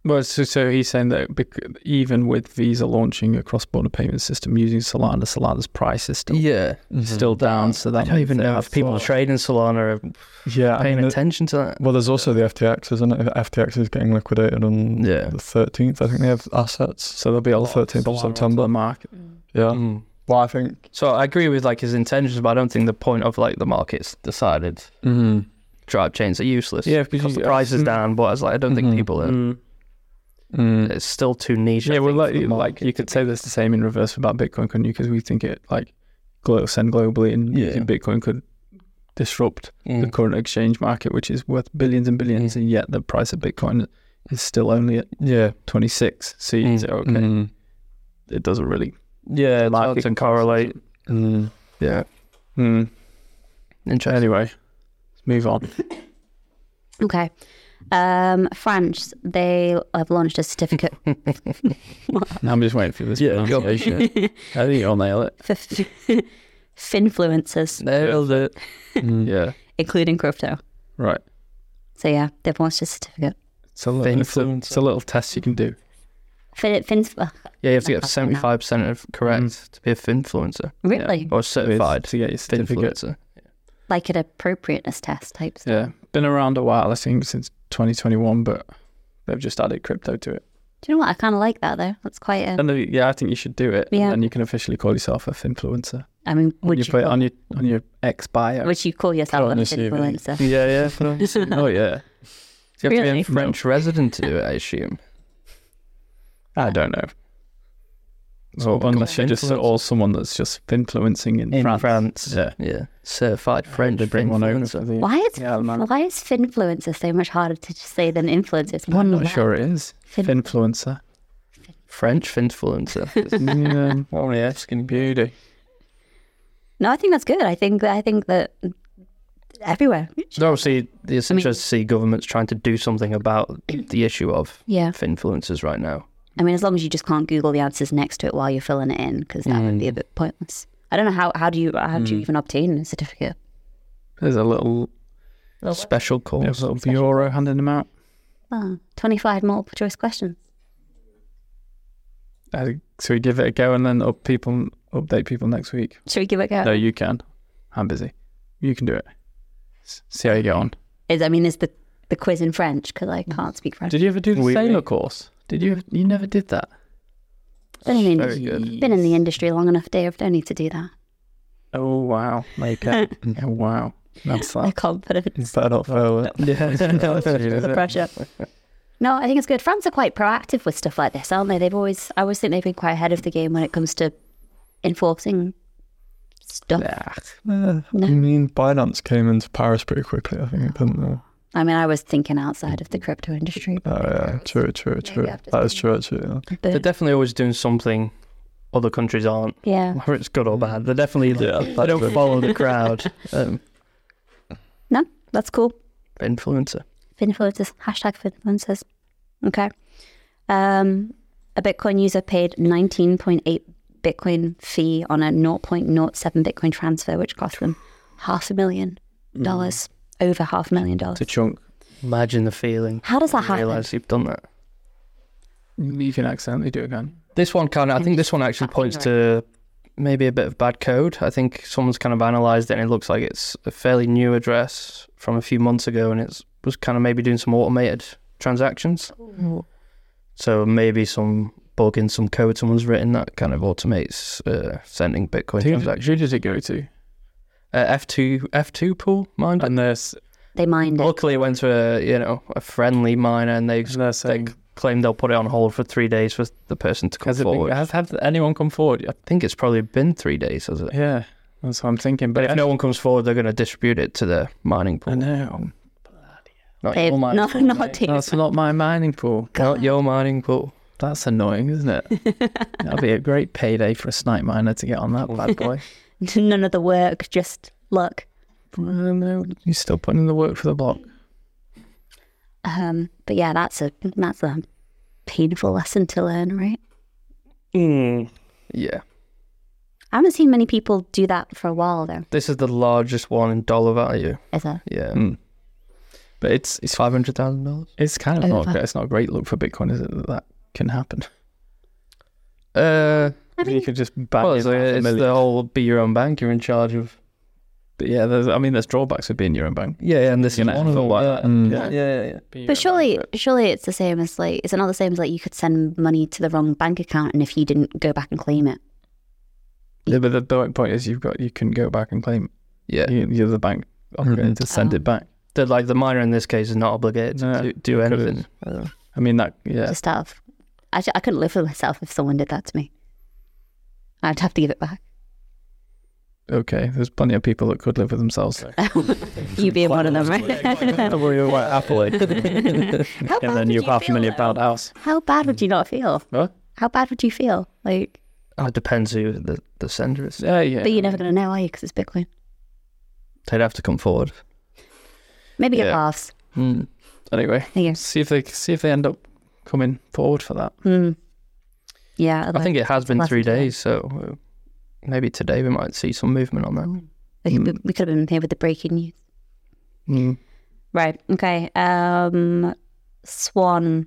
[SPEAKER 2] Well, so, so he's saying that bec- even with Visa launching a cross-border payment system using Solana, Solana's price is still
[SPEAKER 5] yeah.
[SPEAKER 3] Mm-hmm.
[SPEAKER 5] Mm-hmm.
[SPEAKER 2] still down. So that
[SPEAKER 5] I don't
[SPEAKER 2] means
[SPEAKER 5] even
[SPEAKER 2] they
[SPEAKER 5] know
[SPEAKER 2] have
[SPEAKER 5] if people
[SPEAKER 2] thought-
[SPEAKER 5] trading Solana are
[SPEAKER 3] Yeah. I
[SPEAKER 5] paying
[SPEAKER 3] mean, the-
[SPEAKER 5] attention to that.
[SPEAKER 3] well, there's also the FTX, isn't it? FTX is getting liquidated on
[SPEAKER 5] Yeah.
[SPEAKER 3] the 13th. I think they have assets.
[SPEAKER 2] So there'll be a
[SPEAKER 1] Oh,
[SPEAKER 2] lot
[SPEAKER 3] 13th of
[SPEAKER 2] Solana
[SPEAKER 3] September.
[SPEAKER 2] to the market.
[SPEAKER 3] Yeah.
[SPEAKER 5] Mm.
[SPEAKER 3] Well, I think.
[SPEAKER 5] So I agree with like his intentions, but I don't think the point of like the market's decided
[SPEAKER 3] Mm-hmm.
[SPEAKER 5] drive chains are useless.
[SPEAKER 2] Yeah, because
[SPEAKER 5] because Mm-hmm. the
[SPEAKER 2] you-
[SPEAKER 5] price is
[SPEAKER 2] Mm.
[SPEAKER 5] down, but I was like, I don't
[SPEAKER 3] Mhm.
[SPEAKER 5] think people are. It's still too niche. I
[SPEAKER 2] Yeah, well,
[SPEAKER 5] think,
[SPEAKER 2] like,
[SPEAKER 5] for the
[SPEAKER 2] like
[SPEAKER 5] market
[SPEAKER 2] you
[SPEAKER 5] to
[SPEAKER 2] could say that's the same in reverse about Bitcoin, couldn't you? Because we think it like glo- send globally, and
[SPEAKER 5] Yeah. Mm.
[SPEAKER 2] using Bitcoin could disrupt
[SPEAKER 5] be-
[SPEAKER 2] the current exchange market, which is worth billions and billions, and yet the price of Bitcoin is still only at
[SPEAKER 3] Yeah.
[SPEAKER 2] 26. So you
[SPEAKER 5] Mm.
[SPEAKER 2] say, okay,
[SPEAKER 3] Mhm.
[SPEAKER 2] it doesn't really
[SPEAKER 5] Yeah, it's hard
[SPEAKER 2] market
[SPEAKER 5] to correlate.
[SPEAKER 3] Mm.
[SPEAKER 5] Yeah,
[SPEAKER 2] Mm.
[SPEAKER 5] interesting.
[SPEAKER 2] Anyway, let's move on.
[SPEAKER 1] Okay. Um, France, they have launched a certificate
[SPEAKER 2] I'm just waiting for this. Yeah,
[SPEAKER 5] <laughs>
[SPEAKER 2] pronunciation. I think you'll nail it.
[SPEAKER 1] for f- finfluencers,
[SPEAKER 5] Nailed it. Mm.
[SPEAKER 2] Yeah,
[SPEAKER 1] including crypto.
[SPEAKER 2] right.
[SPEAKER 1] So yeah, they've launched a certificate.
[SPEAKER 2] It's a, little, it's, a, it's a little test you can do.
[SPEAKER 1] Fin, fins, uh,
[SPEAKER 5] Yeah, you have to get
[SPEAKER 1] That's
[SPEAKER 5] seventy
[SPEAKER 1] not-
[SPEAKER 5] five percent of correct
[SPEAKER 2] Mm.
[SPEAKER 5] to be a finfluencer
[SPEAKER 1] really
[SPEAKER 5] or certified
[SPEAKER 2] to get your certificate.
[SPEAKER 5] finfluencer.
[SPEAKER 1] like an appropriateness test type. Stuff.
[SPEAKER 2] Yeah, been around a while. I think since 2021, but they've just added crypto to it.
[SPEAKER 1] Do you know what? I kind of like that though. That's quite a.
[SPEAKER 2] And uh, yeah, I think you should do it.
[SPEAKER 1] Yeah.
[SPEAKER 2] and then you can officially call yourself a influencer.
[SPEAKER 1] I mean, would
[SPEAKER 2] you,
[SPEAKER 1] you,
[SPEAKER 2] put it
[SPEAKER 1] call,
[SPEAKER 2] on your on your ex bio?
[SPEAKER 1] would you call yourself
[SPEAKER 3] Put
[SPEAKER 1] an
[SPEAKER 3] it on your CV.
[SPEAKER 1] influencer?
[SPEAKER 2] yeah, yeah. <laughs> oh yeah.
[SPEAKER 5] Do you have
[SPEAKER 1] Really?
[SPEAKER 5] to be a French resident to do it? I assume.
[SPEAKER 2] I don't know. So
[SPEAKER 5] Become
[SPEAKER 2] unless you're just
[SPEAKER 5] influencer.
[SPEAKER 2] or someone that's just influencing in,
[SPEAKER 5] in
[SPEAKER 2] France.
[SPEAKER 5] France.
[SPEAKER 2] Yeah.
[SPEAKER 5] Yeah. Certified French.
[SPEAKER 2] They bring one over.
[SPEAKER 5] influencer.
[SPEAKER 2] for the-
[SPEAKER 1] Why is
[SPEAKER 2] Yeah, Um, man.
[SPEAKER 1] why is finfluencer so much harder to just say than influencers?
[SPEAKER 2] I'm not sure it is.
[SPEAKER 1] Fin-
[SPEAKER 2] Influencer.
[SPEAKER 1] <laughs>
[SPEAKER 5] French
[SPEAKER 2] <laughs>
[SPEAKER 5] influencer.
[SPEAKER 2] yeah.
[SPEAKER 5] oh yeah, skinny beauty.
[SPEAKER 1] No, I think that's good. I think I think that everywhere.
[SPEAKER 5] Obviously, it's
[SPEAKER 1] I mean-
[SPEAKER 5] interesting to see governments trying to do something about the issue of
[SPEAKER 1] Yeah,
[SPEAKER 5] influencers right now.
[SPEAKER 1] I mean, as long as you just can't Google the answers next to it while you're filling it in, because that would be
[SPEAKER 2] Mm.
[SPEAKER 1] a bit pointless. I don't know how how do you how do you even obtain a certificate?
[SPEAKER 2] There's a little
[SPEAKER 5] Special
[SPEAKER 2] a
[SPEAKER 5] course.
[SPEAKER 2] little bureau handing them out.
[SPEAKER 1] Well, twenty five multiple choice questions.
[SPEAKER 2] I think- Uh, so we give it a go and then up people update people next week.
[SPEAKER 1] Should we give it a go?
[SPEAKER 2] No, you can. I'm busy. You can do it. S- See how you get on.
[SPEAKER 1] Is I mean, is the the quiz in French because
[SPEAKER 2] Mm.
[SPEAKER 1] I can't speak French.
[SPEAKER 2] Did you ever do the
[SPEAKER 5] We-
[SPEAKER 2] sailor course? Did you? You never did that.
[SPEAKER 1] Been in, the
[SPEAKER 5] Very
[SPEAKER 1] industry,
[SPEAKER 5] good.
[SPEAKER 1] been in the industry long enough, Dave. Don't need to do that.
[SPEAKER 2] Oh wow,
[SPEAKER 1] <laughs>
[SPEAKER 2] like uh, oh, wow, that's
[SPEAKER 1] My
[SPEAKER 2] like
[SPEAKER 1] confidence,
[SPEAKER 3] Better not
[SPEAKER 1] <laughs>
[SPEAKER 3] fail it.
[SPEAKER 5] Yeah,
[SPEAKER 2] <laughs>
[SPEAKER 1] the pressure. No, I think it's good. France are quite proactive with stuff like this, aren't they? They've always, I always think they've been quite ahead of the game when it comes to enforcing stuff.
[SPEAKER 3] Yeah.
[SPEAKER 1] No.
[SPEAKER 3] I mean, Binance came into Paris pretty quickly, I think, didn't they?
[SPEAKER 1] I mean, I was thinking outside of the crypto industry.
[SPEAKER 3] Oh, yeah. True, true, true.
[SPEAKER 1] I've just
[SPEAKER 3] That is
[SPEAKER 1] been-
[SPEAKER 3] true, actually. Yeah.
[SPEAKER 5] They're
[SPEAKER 1] But,
[SPEAKER 5] definitely always doing something other countries aren't,
[SPEAKER 1] yeah.
[SPEAKER 5] whether it's good or bad. They're definitely, they
[SPEAKER 3] that's
[SPEAKER 5] don't
[SPEAKER 3] true.
[SPEAKER 5] follow
[SPEAKER 3] <laughs>
[SPEAKER 5] the crowd. Um,
[SPEAKER 1] No, that's cool.
[SPEAKER 5] influencer.
[SPEAKER 1] Finfluencers, hashtag finfluencers. Okay. Um, a Bitcoin user paid 19.8 Bitcoin fee on a 0.07 Bitcoin transfer, which cost them half a million dollars, over half a million dollars.
[SPEAKER 2] a chunk.
[SPEAKER 5] Imagine the feeling.
[SPEAKER 1] How does that happen?
[SPEAKER 5] Realize you've done that.
[SPEAKER 2] You can accidentally do it again.
[SPEAKER 5] This one kind of, I think this one actually
[SPEAKER 1] Fucking
[SPEAKER 5] points to maybe a bit of bad code. I think someone's kind of analysed it and it looks like it's a fairly new address from a few months ago and it was kind of maybe doing some automated transactions. So maybe some bug in some code someone's written that kind of automates uh, sending Bitcoin
[SPEAKER 2] Who,
[SPEAKER 5] transactions.
[SPEAKER 2] who did it go to?
[SPEAKER 5] Uh, F2 F2 pool mined.
[SPEAKER 2] And there's
[SPEAKER 1] They mined it.
[SPEAKER 5] Luckily, it went to a you know a friendly miner and they
[SPEAKER 2] they're saying
[SPEAKER 5] claim they'll put it on hold for three days for the person to come
[SPEAKER 2] has it
[SPEAKER 5] forward.
[SPEAKER 2] been, has have anyone come forward?
[SPEAKER 5] I think it's probably been three days, has it?
[SPEAKER 2] Yeah, that's what I'm thinking.
[SPEAKER 5] But
[SPEAKER 2] But
[SPEAKER 5] if no one comes forward, they're going to distribute it to the mining
[SPEAKER 2] I
[SPEAKER 5] pool.
[SPEAKER 2] know
[SPEAKER 5] Not
[SPEAKER 1] They've
[SPEAKER 5] your mining
[SPEAKER 1] not,
[SPEAKER 5] pool.
[SPEAKER 1] not taken-
[SPEAKER 2] that's not my mining pool.
[SPEAKER 1] <laughs>
[SPEAKER 5] Not your mining pool.
[SPEAKER 2] That's annoying, isn't it?
[SPEAKER 1] <laughs>
[SPEAKER 2] That'd be a great payday for a snipe miner to get on that
[SPEAKER 1] <laughs>
[SPEAKER 2] bad boy.
[SPEAKER 1] none of the work, just luck.
[SPEAKER 2] no, you're still putting in the work for the block.
[SPEAKER 1] Um, but yeah, that's a that's a painful <laughs> lesson to learn, right?
[SPEAKER 5] Hmm. Yeah.
[SPEAKER 1] I haven't seen many people do that for a while though.
[SPEAKER 5] This is the largest one in dollar value.
[SPEAKER 1] Is it?
[SPEAKER 5] Yeah.
[SPEAKER 2] Mm. But it's it's
[SPEAKER 5] Five hundred thousand dollars.
[SPEAKER 2] it's kind of
[SPEAKER 1] Over.
[SPEAKER 2] not it's not a great look for Bitcoin, is it? That, that can happen.
[SPEAKER 5] Uh,
[SPEAKER 1] I
[SPEAKER 2] you
[SPEAKER 1] mean,
[SPEAKER 2] could just back
[SPEAKER 5] well, it's,
[SPEAKER 2] half a
[SPEAKER 5] it's
[SPEAKER 2] million.
[SPEAKER 5] the whole be your own bank. You're in charge of.
[SPEAKER 2] But yeah, there's, I mean, there's drawbacks with being your own bank.
[SPEAKER 5] Yeah, yeah and this
[SPEAKER 2] You
[SPEAKER 5] is
[SPEAKER 2] know,
[SPEAKER 5] one of
[SPEAKER 2] feel
[SPEAKER 5] them.
[SPEAKER 2] like
[SPEAKER 5] yeah.
[SPEAKER 3] Mm.
[SPEAKER 5] yeah, yeah, yeah.
[SPEAKER 1] but surely, surely it's the same as like it's not the same as like you could send money to the wrong bank account, and if you didn't go back and claim it,
[SPEAKER 2] Yeah, but the, the point is, you've got you can go back and claim.
[SPEAKER 5] Yeah.
[SPEAKER 2] You, you're the bank obligated to send
[SPEAKER 1] Oh.
[SPEAKER 2] it back.
[SPEAKER 5] The, like the miner in this case is not obligated to
[SPEAKER 2] No,
[SPEAKER 5] do, do
[SPEAKER 2] could've.
[SPEAKER 5] anything. Uh,
[SPEAKER 2] I mean that. Yeah,
[SPEAKER 1] just out of I, ju- I couldn't live with myself if someone did that to me. I'd have to give it back. <laughs>
[SPEAKER 2] okay. There's plenty of people that could live with themselves.
[SPEAKER 1] You being one of them, right? <laughs>
[SPEAKER 2] <laughs>
[SPEAKER 1] How bad
[SPEAKER 2] and then
[SPEAKER 1] would
[SPEAKER 2] you
[SPEAKER 1] you
[SPEAKER 2] half a
[SPEAKER 1] feel,
[SPEAKER 2] million
[SPEAKER 1] though?
[SPEAKER 2] pound house.
[SPEAKER 1] How bad would you not feel?
[SPEAKER 2] Huh?
[SPEAKER 1] How bad would you feel? Like,
[SPEAKER 5] oh, it depends who the, the sender is.
[SPEAKER 2] Yeah, yeah.
[SPEAKER 1] but you're never gonna know, are you? Because it's Bitcoin.
[SPEAKER 5] They'd have to come forward.
[SPEAKER 1] Maybe get
[SPEAKER 2] Yeah.
[SPEAKER 1] laughs.
[SPEAKER 2] Mm. Anyway,
[SPEAKER 1] Thank you.
[SPEAKER 2] see if they see if they end up coming forward for that.
[SPEAKER 1] Hmm. Yeah,
[SPEAKER 5] I think it has been
[SPEAKER 1] less
[SPEAKER 5] three
[SPEAKER 1] than today.
[SPEAKER 5] days, so uh, maybe today we might see some movement on that.
[SPEAKER 1] we could, we could have been here with the breaking news.
[SPEAKER 2] Mm.
[SPEAKER 1] Right. Okay. Um, Swan.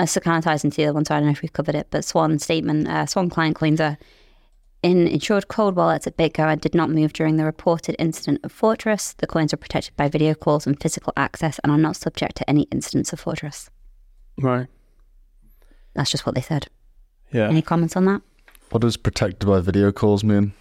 [SPEAKER 1] Uh, so kind of ties into the other one, so I don't know if we've covered it, but Swan statement. Uh, Swan client claims a in insured cold wallets at BitGo and did not move during the reported incident of Fortress. The coins are protected by video calls and physical access and are not subject to any incidents of Fortress.
[SPEAKER 2] Right.
[SPEAKER 1] That's just what they said.
[SPEAKER 2] Yeah.
[SPEAKER 1] Any comments on that?
[SPEAKER 6] What does protected by video calls mean?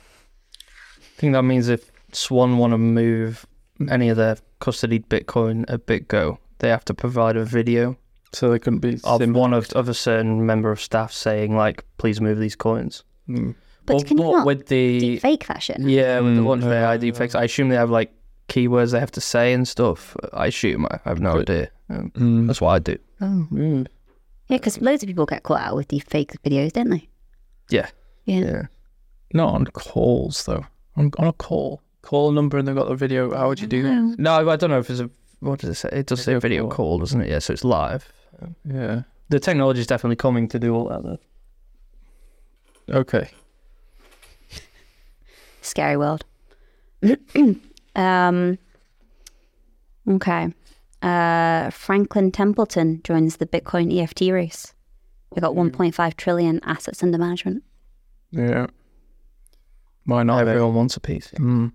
[SPEAKER 5] I think that means if Swan want to move any of their custodied Bitcoin at BitGo, they have to provide a video
[SPEAKER 2] So they couldn't be.
[SPEAKER 5] of
[SPEAKER 2] sim-
[SPEAKER 5] one of, of a certain member of staff saying, like, please move these coins.
[SPEAKER 2] Mm.
[SPEAKER 1] But
[SPEAKER 5] Well,
[SPEAKER 1] can you
[SPEAKER 5] what
[SPEAKER 1] not
[SPEAKER 5] with the
[SPEAKER 1] Fake that shit. now.
[SPEAKER 5] yeah with the
[SPEAKER 3] Mm,
[SPEAKER 5] launch of AI
[SPEAKER 3] yeah, yeah.
[SPEAKER 5] deepfakes, I assume they have like keywords they have to say and stuff. I assume I I have no idea. Um,
[SPEAKER 3] Mm.
[SPEAKER 5] that's what I do.
[SPEAKER 2] Oh,
[SPEAKER 1] Yeah, because loads of people get caught out with the fake videos, don't they?
[SPEAKER 5] Yeah.
[SPEAKER 1] Yeah.
[SPEAKER 5] Yeah.
[SPEAKER 2] Not on calls though. On, on a call, call a number and they got the video. How would you do that?
[SPEAKER 5] No, I don't know if it's a what does it say? It does say video
[SPEAKER 2] call.
[SPEAKER 5] call, doesn't it? Yeah, so it's live.
[SPEAKER 2] Yeah.
[SPEAKER 5] The technology is definitely coming to do all that. Though.
[SPEAKER 2] Okay.
[SPEAKER 1] Scary world. <clears throat> um, okay. Uh, Franklin Templeton joins the Bitcoin EFT race. They
[SPEAKER 5] Mm.
[SPEAKER 1] got 1.5 trillion assets under management.
[SPEAKER 2] Yeah. Why not? Hmm. though?
[SPEAKER 5] Everyone wants a piece.
[SPEAKER 3] <laughs>
[SPEAKER 2] Mm.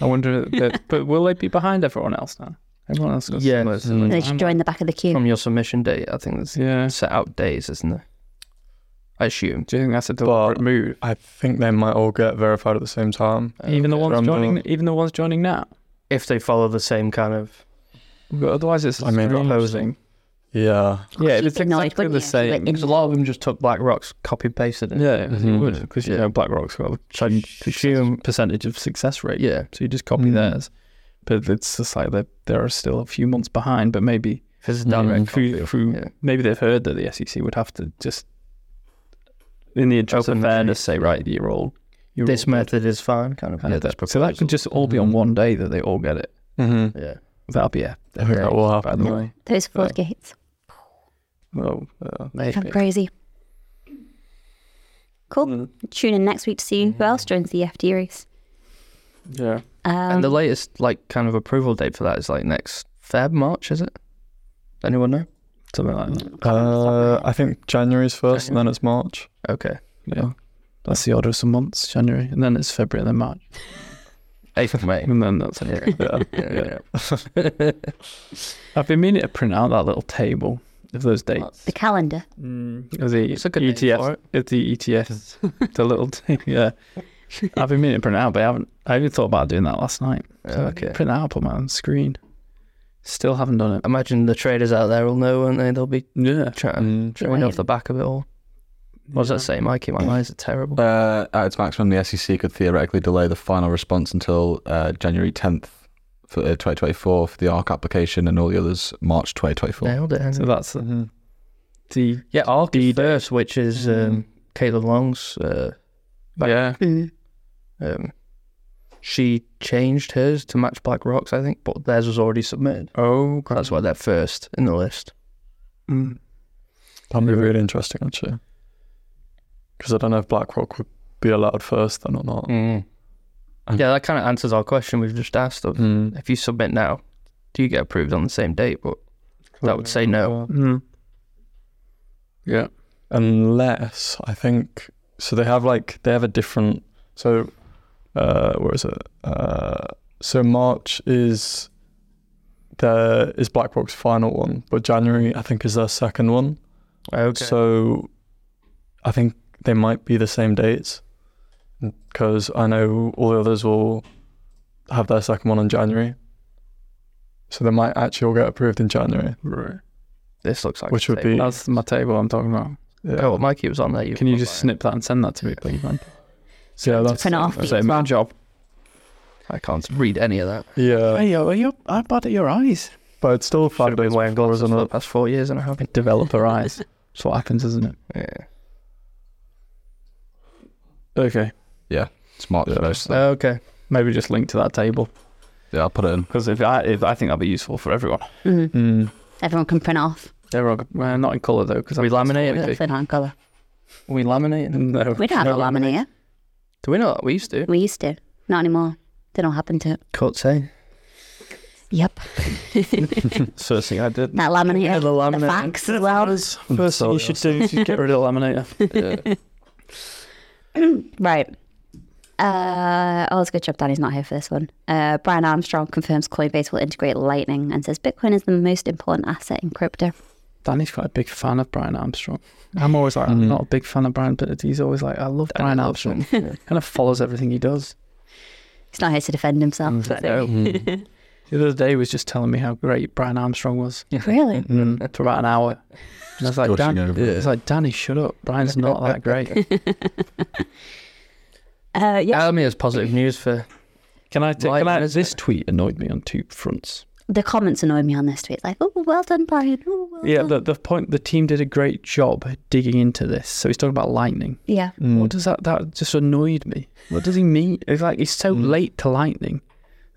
[SPEAKER 2] I wonder, that, but will they be behind everyone else now? Everyone else got
[SPEAKER 5] Yeah.
[SPEAKER 2] similar.
[SPEAKER 1] And
[SPEAKER 2] similar
[SPEAKER 1] they should
[SPEAKER 2] time.
[SPEAKER 1] join the back of the queue.
[SPEAKER 5] Mm. From your submission date, I think there's
[SPEAKER 2] Yeah.
[SPEAKER 5] set out days, isn't there? I assume.
[SPEAKER 2] Do you think that's a deliberate move?
[SPEAKER 3] I think they might all get verified at the same time.
[SPEAKER 2] Even the ones
[SPEAKER 3] uh, Rumble.
[SPEAKER 2] joining, even the ones joining now.
[SPEAKER 5] If they follow the same kind of.
[SPEAKER 2] But otherwise, it's
[SPEAKER 3] I mean,
[SPEAKER 2] proposing.
[SPEAKER 3] Yeah.
[SPEAKER 2] Yeah, if
[SPEAKER 1] You'd
[SPEAKER 2] it's
[SPEAKER 1] be annoyed,
[SPEAKER 2] exactly
[SPEAKER 1] wouldn't
[SPEAKER 2] the
[SPEAKER 1] you, if you were
[SPEAKER 2] same.
[SPEAKER 1] in-
[SPEAKER 5] Because a lot of them just took Black Rocks, copy pasted it.
[SPEAKER 2] Yeah,
[SPEAKER 3] Mhm.
[SPEAKER 2] because you
[SPEAKER 5] Yeah.
[SPEAKER 2] know Black Rock's got a
[SPEAKER 5] So I presume.
[SPEAKER 2] percentage of success rate.
[SPEAKER 5] Yeah.
[SPEAKER 2] So you just copy
[SPEAKER 3] Mm.
[SPEAKER 2] theirs. But it's just like they're, they're still a few months behind, but maybe
[SPEAKER 5] If it's a
[SPEAKER 3] Yeah.
[SPEAKER 5] direct copy.
[SPEAKER 2] Mm, through, through,
[SPEAKER 5] Yeah.
[SPEAKER 2] maybe they've heard that the SEC would have to just, in the interest
[SPEAKER 5] Open
[SPEAKER 2] of
[SPEAKER 5] the
[SPEAKER 2] fairness,
[SPEAKER 5] case.
[SPEAKER 2] say, right, you're all. You're
[SPEAKER 5] This
[SPEAKER 2] all good,
[SPEAKER 5] method is fine, kind of.
[SPEAKER 2] kind
[SPEAKER 5] yeah,
[SPEAKER 2] of
[SPEAKER 5] that's Mm-hmm.
[SPEAKER 2] thing. So that could just all be on one day that they all get it.
[SPEAKER 3] Mm-hmm.
[SPEAKER 5] Yeah.
[SPEAKER 2] That'll be a
[SPEAKER 3] I think that will
[SPEAKER 2] By the
[SPEAKER 3] happen.
[SPEAKER 2] way.
[SPEAKER 1] Those floodgates.
[SPEAKER 2] Well, uh,
[SPEAKER 1] I'm crazy. Cool.
[SPEAKER 5] Mm.
[SPEAKER 1] Tune in next week to see who else joins the FD race.
[SPEAKER 2] yeah.
[SPEAKER 1] Um,
[SPEAKER 5] and the latest, like, kind of approval date for that is like next Feb, March, is it? Anyone know?
[SPEAKER 2] Something like that.
[SPEAKER 3] Uh, I think January's first, and then it's March.
[SPEAKER 5] Okay.
[SPEAKER 2] Yeah. That's the order of some months, January, and then it's February, and then
[SPEAKER 5] <laughs>
[SPEAKER 2] March,
[SPEAKER 5] 8th of May.
[SPEAKER 2] and then that's
[SPEAKER 5] Yeah.
[SPEAKER 3] Yeah.
[SPEAKER 5] <laughs> Yeah.
[SPEAKER 2] I've been meaning to print out that little table of those dates.
[SPEAKER 1] the calendar.
[SPEAKER 2] Of the
[SPEAKER 5] mm, It's a good name
[SPEAKER 2] ETF,
[SPEAKER 5] for it.
[SPEAKER 2] of the ETFs,
[SPEAKER 5] <laughs>
[SPEAKER 2] the little <laughs> thing. Yeah, I've been meaning to print it out, but I haven't. I even thought about doing that last night. So I
[SPEAKER 5] Okay.
[SPEAKER 2] print that out, put my own screen. Still haven't done it.
[SPEAKER 5] Imagine the traders out there will know, won't they? They'll be
[SPEAKER 2] Yeah,
[SPEAKER 3] Mm.
[SPEAKER 5] chatting, throwing off the back of it all. What does that say, Mikey? My eyes are terrible.
[SPEAKER 6] Uh, at its maximum, the SEC could theoretically delay the final response until uh, January 10th for uh, 2024 for the ARC application and all the others March 2024.
[SPEAKER 5] Nailed it.
[SPEAKER 2] So
[SPEAKER 5] Henry.
[SPEAKER 2] that's the,
[SPEAKER 3] Mhm.
[SPEAKER 2] the
[SPEAKER 5] Yeah, Arc is first, which is um, Caitlin Long's. Uh, Back-
[SPEAKER 2] yeah.
[SPEAKER 1] Mm.
[SPEAKER 5] um, she changed hers to match Black Rocks, I think, but theirs was already submitted.
[SPEAKER 2] Oh, crap.
[SPEAKER 5] That's why they're first in the list.
[SPEAKER 2] Mm.
[SPEAKER 3] That'd be really interesting, actually. Because I don't know if BlackRock would be allowed first then or
[SPEAKER 5] Mm.
[SPEAKER 3] not.
[SPEAKER 5] Yeah, that kind of answers our question we've just asked. Of,
[SPEAKER 3] Mm.
[SPEAKER 5] If you submit now, do you get approved on the same date? But that would say no.
[SPEAKER 2] Mm. Yeah.
[SPEAKER 3] unless I think so. They have like they have a different. So, uh, where is it? Uh, so March is the is BlackRock's final one, but January I think is their second one.
[SPEAKER 5] Okay.
[SPEAKER 3] So, I think they might be the same dates because I know all the others will have their second one in January. So they might actually all get approved in January.
[SPEAKER 2] Right.
[SPEAKER 5] this looks like
[SPEAKER 3] Which
[SPEAKER 5] a
[SPEAKER 3] would
[SPEAKER 5] table.
[SPEAKER 3] be-
[SPEAKER 2] That's my table I'm talking about.
[SPEAKER 5] Oh, well, Mikey was on there.
[SPEAKER 2] Can you just snip that and send that to me, please, man?
[SPEAKER 3] So yeah, that's
[SPEAKER 1] Print it off. for you
[SPEAKER 2] So
[SPEAKER 1] as well.
[SPEAKER 2] my job.
[SPEAKER 5] I can't read any of that.
[SPEAKER 3] yeah.
[SPEAKER 2] Hey, are you? I'm bad at your eyes.
[SPEAKER 3] But it's still
[SPEAKER 5] Should
[SPEAKER 3] five
[SPEAKER 5] have been
[SPEAKER 3] days
[SPEAKER 5] wearing
[SPEAKER 3] before,
[SPEAKER 5] glasses
[SPEAKER 3] isn't
[SPEAKER 5] for
[SPEAKER 3] it?
[SPEAKER 5] the past four years and I haven't.
[SPEAKER 2] Developer eyes. That's what happens, isn't it?
[SPEAKER 5] Yeah.
[SPEAKER 2] Okay.
[SPEAKER 6] It's March 1st. Yeah.
[SPEAKER 5] Okay.
[SPEAKER 2] Maybe just link to that table
[SPEAKER 6] I'll put it in.
[SPEAKER 2] because if I if I think that'll be useful for everyone.
[SPEAKER 1] Mm.
[SPEAKER 3] Mm.
[SPEAKER 1] Everyone can print it off.
[SPEAKER 2] Everyone, well, not in colour though, because
[SPEAKER 5] Are we laminating
[SPEAKER 1] Put it on colour.
[SPEAKER 5] Are we laminating?
[SPEAKER 2] No,
[SPEAKER 1] We don't have a laminator.
[SPEAKER 5] Do we not? We used to.
[SPEAKER 1] We used to. Not anymore. They don't happen to.
[SPEAKER 5] Cuts, eh?
[SPEAKER 1] Yep. <laughs>
[SPEAKER 2] First thing I did.
[SPEAKER 1] That laminator.
[SPEAKER 2] <laughs>
[SPEAKER 5] Yeah, the
[SPEAKER 1] The
[SPEAKER 5] laminator.
[SPEAKER 1] fax as well.
[SPEAKER 2] First thing you should do is just get rid of the laminator.
[SPEAKER 1] Right. Uh, oh, it's a good job Danny's not here for this one. Uh, Brian Armstrong confirms Coinbase will integrate Lightning and says Bitcoin is the most important asset in crypto.
[SPEAKER 2] Danny's quite a big fan of Brian Armstrong. I'm always like, I'm
[SPEAKER 3] Mm.
[SPEAKER 2] not a big fan of Brian, but he's always like, I love
[SPEAKER 5] Danny
[SPEAKER 2] Brian
[SPEAKER 1] <laughs>
[SPEAKER 5] loves
[SPEAKER 2] Armstrong.
[SPEAKER 5] him.
[SPEAKER 2] kind of follows everything he does.
[SPEAKER 1] He's not here to defend himself. but-
[SPEAKER 2] The other day he was just telling me how great Brian Armstrong was
[SPEAKER 1] Really?
[SPEAKER 2] mm. for about an hour. And I was like,
[SPEAKER 6] gushing
[SPEAKER 2] Dan,
[SPEAKER 6] over
[SPEAKER 2] it's like, Danny, shut up. Brian's not that great.
[SPEAKER 1] Uh, yeah.
[SPEAKER 5] Almir is positive news for.
[SPEAKER 2] <laughs> Can I? T-
[SPEAKER 5] Right,
[SPEAKER 2] can I?
[SPEAKER 5] isn't
[SPEAKER 2] This tweet annoyed me on two fronts.
[SPEAKER 1] the comments annoyed me on this tweet. It's like, oh, well done, Brian. Ooh, well
[SPEAKER 2] Yeah,
[SPEAKER 1] done."
[SPEAKER 2] the, the point the team did a great job digging into this. So he's talking about lightning.
[SPEAKER 1] yeah.
[SPEAKER 5] Mm.
[SPEAKER 2] What does that that just annoyed me? What does he mean? It's like he's so late to lightning.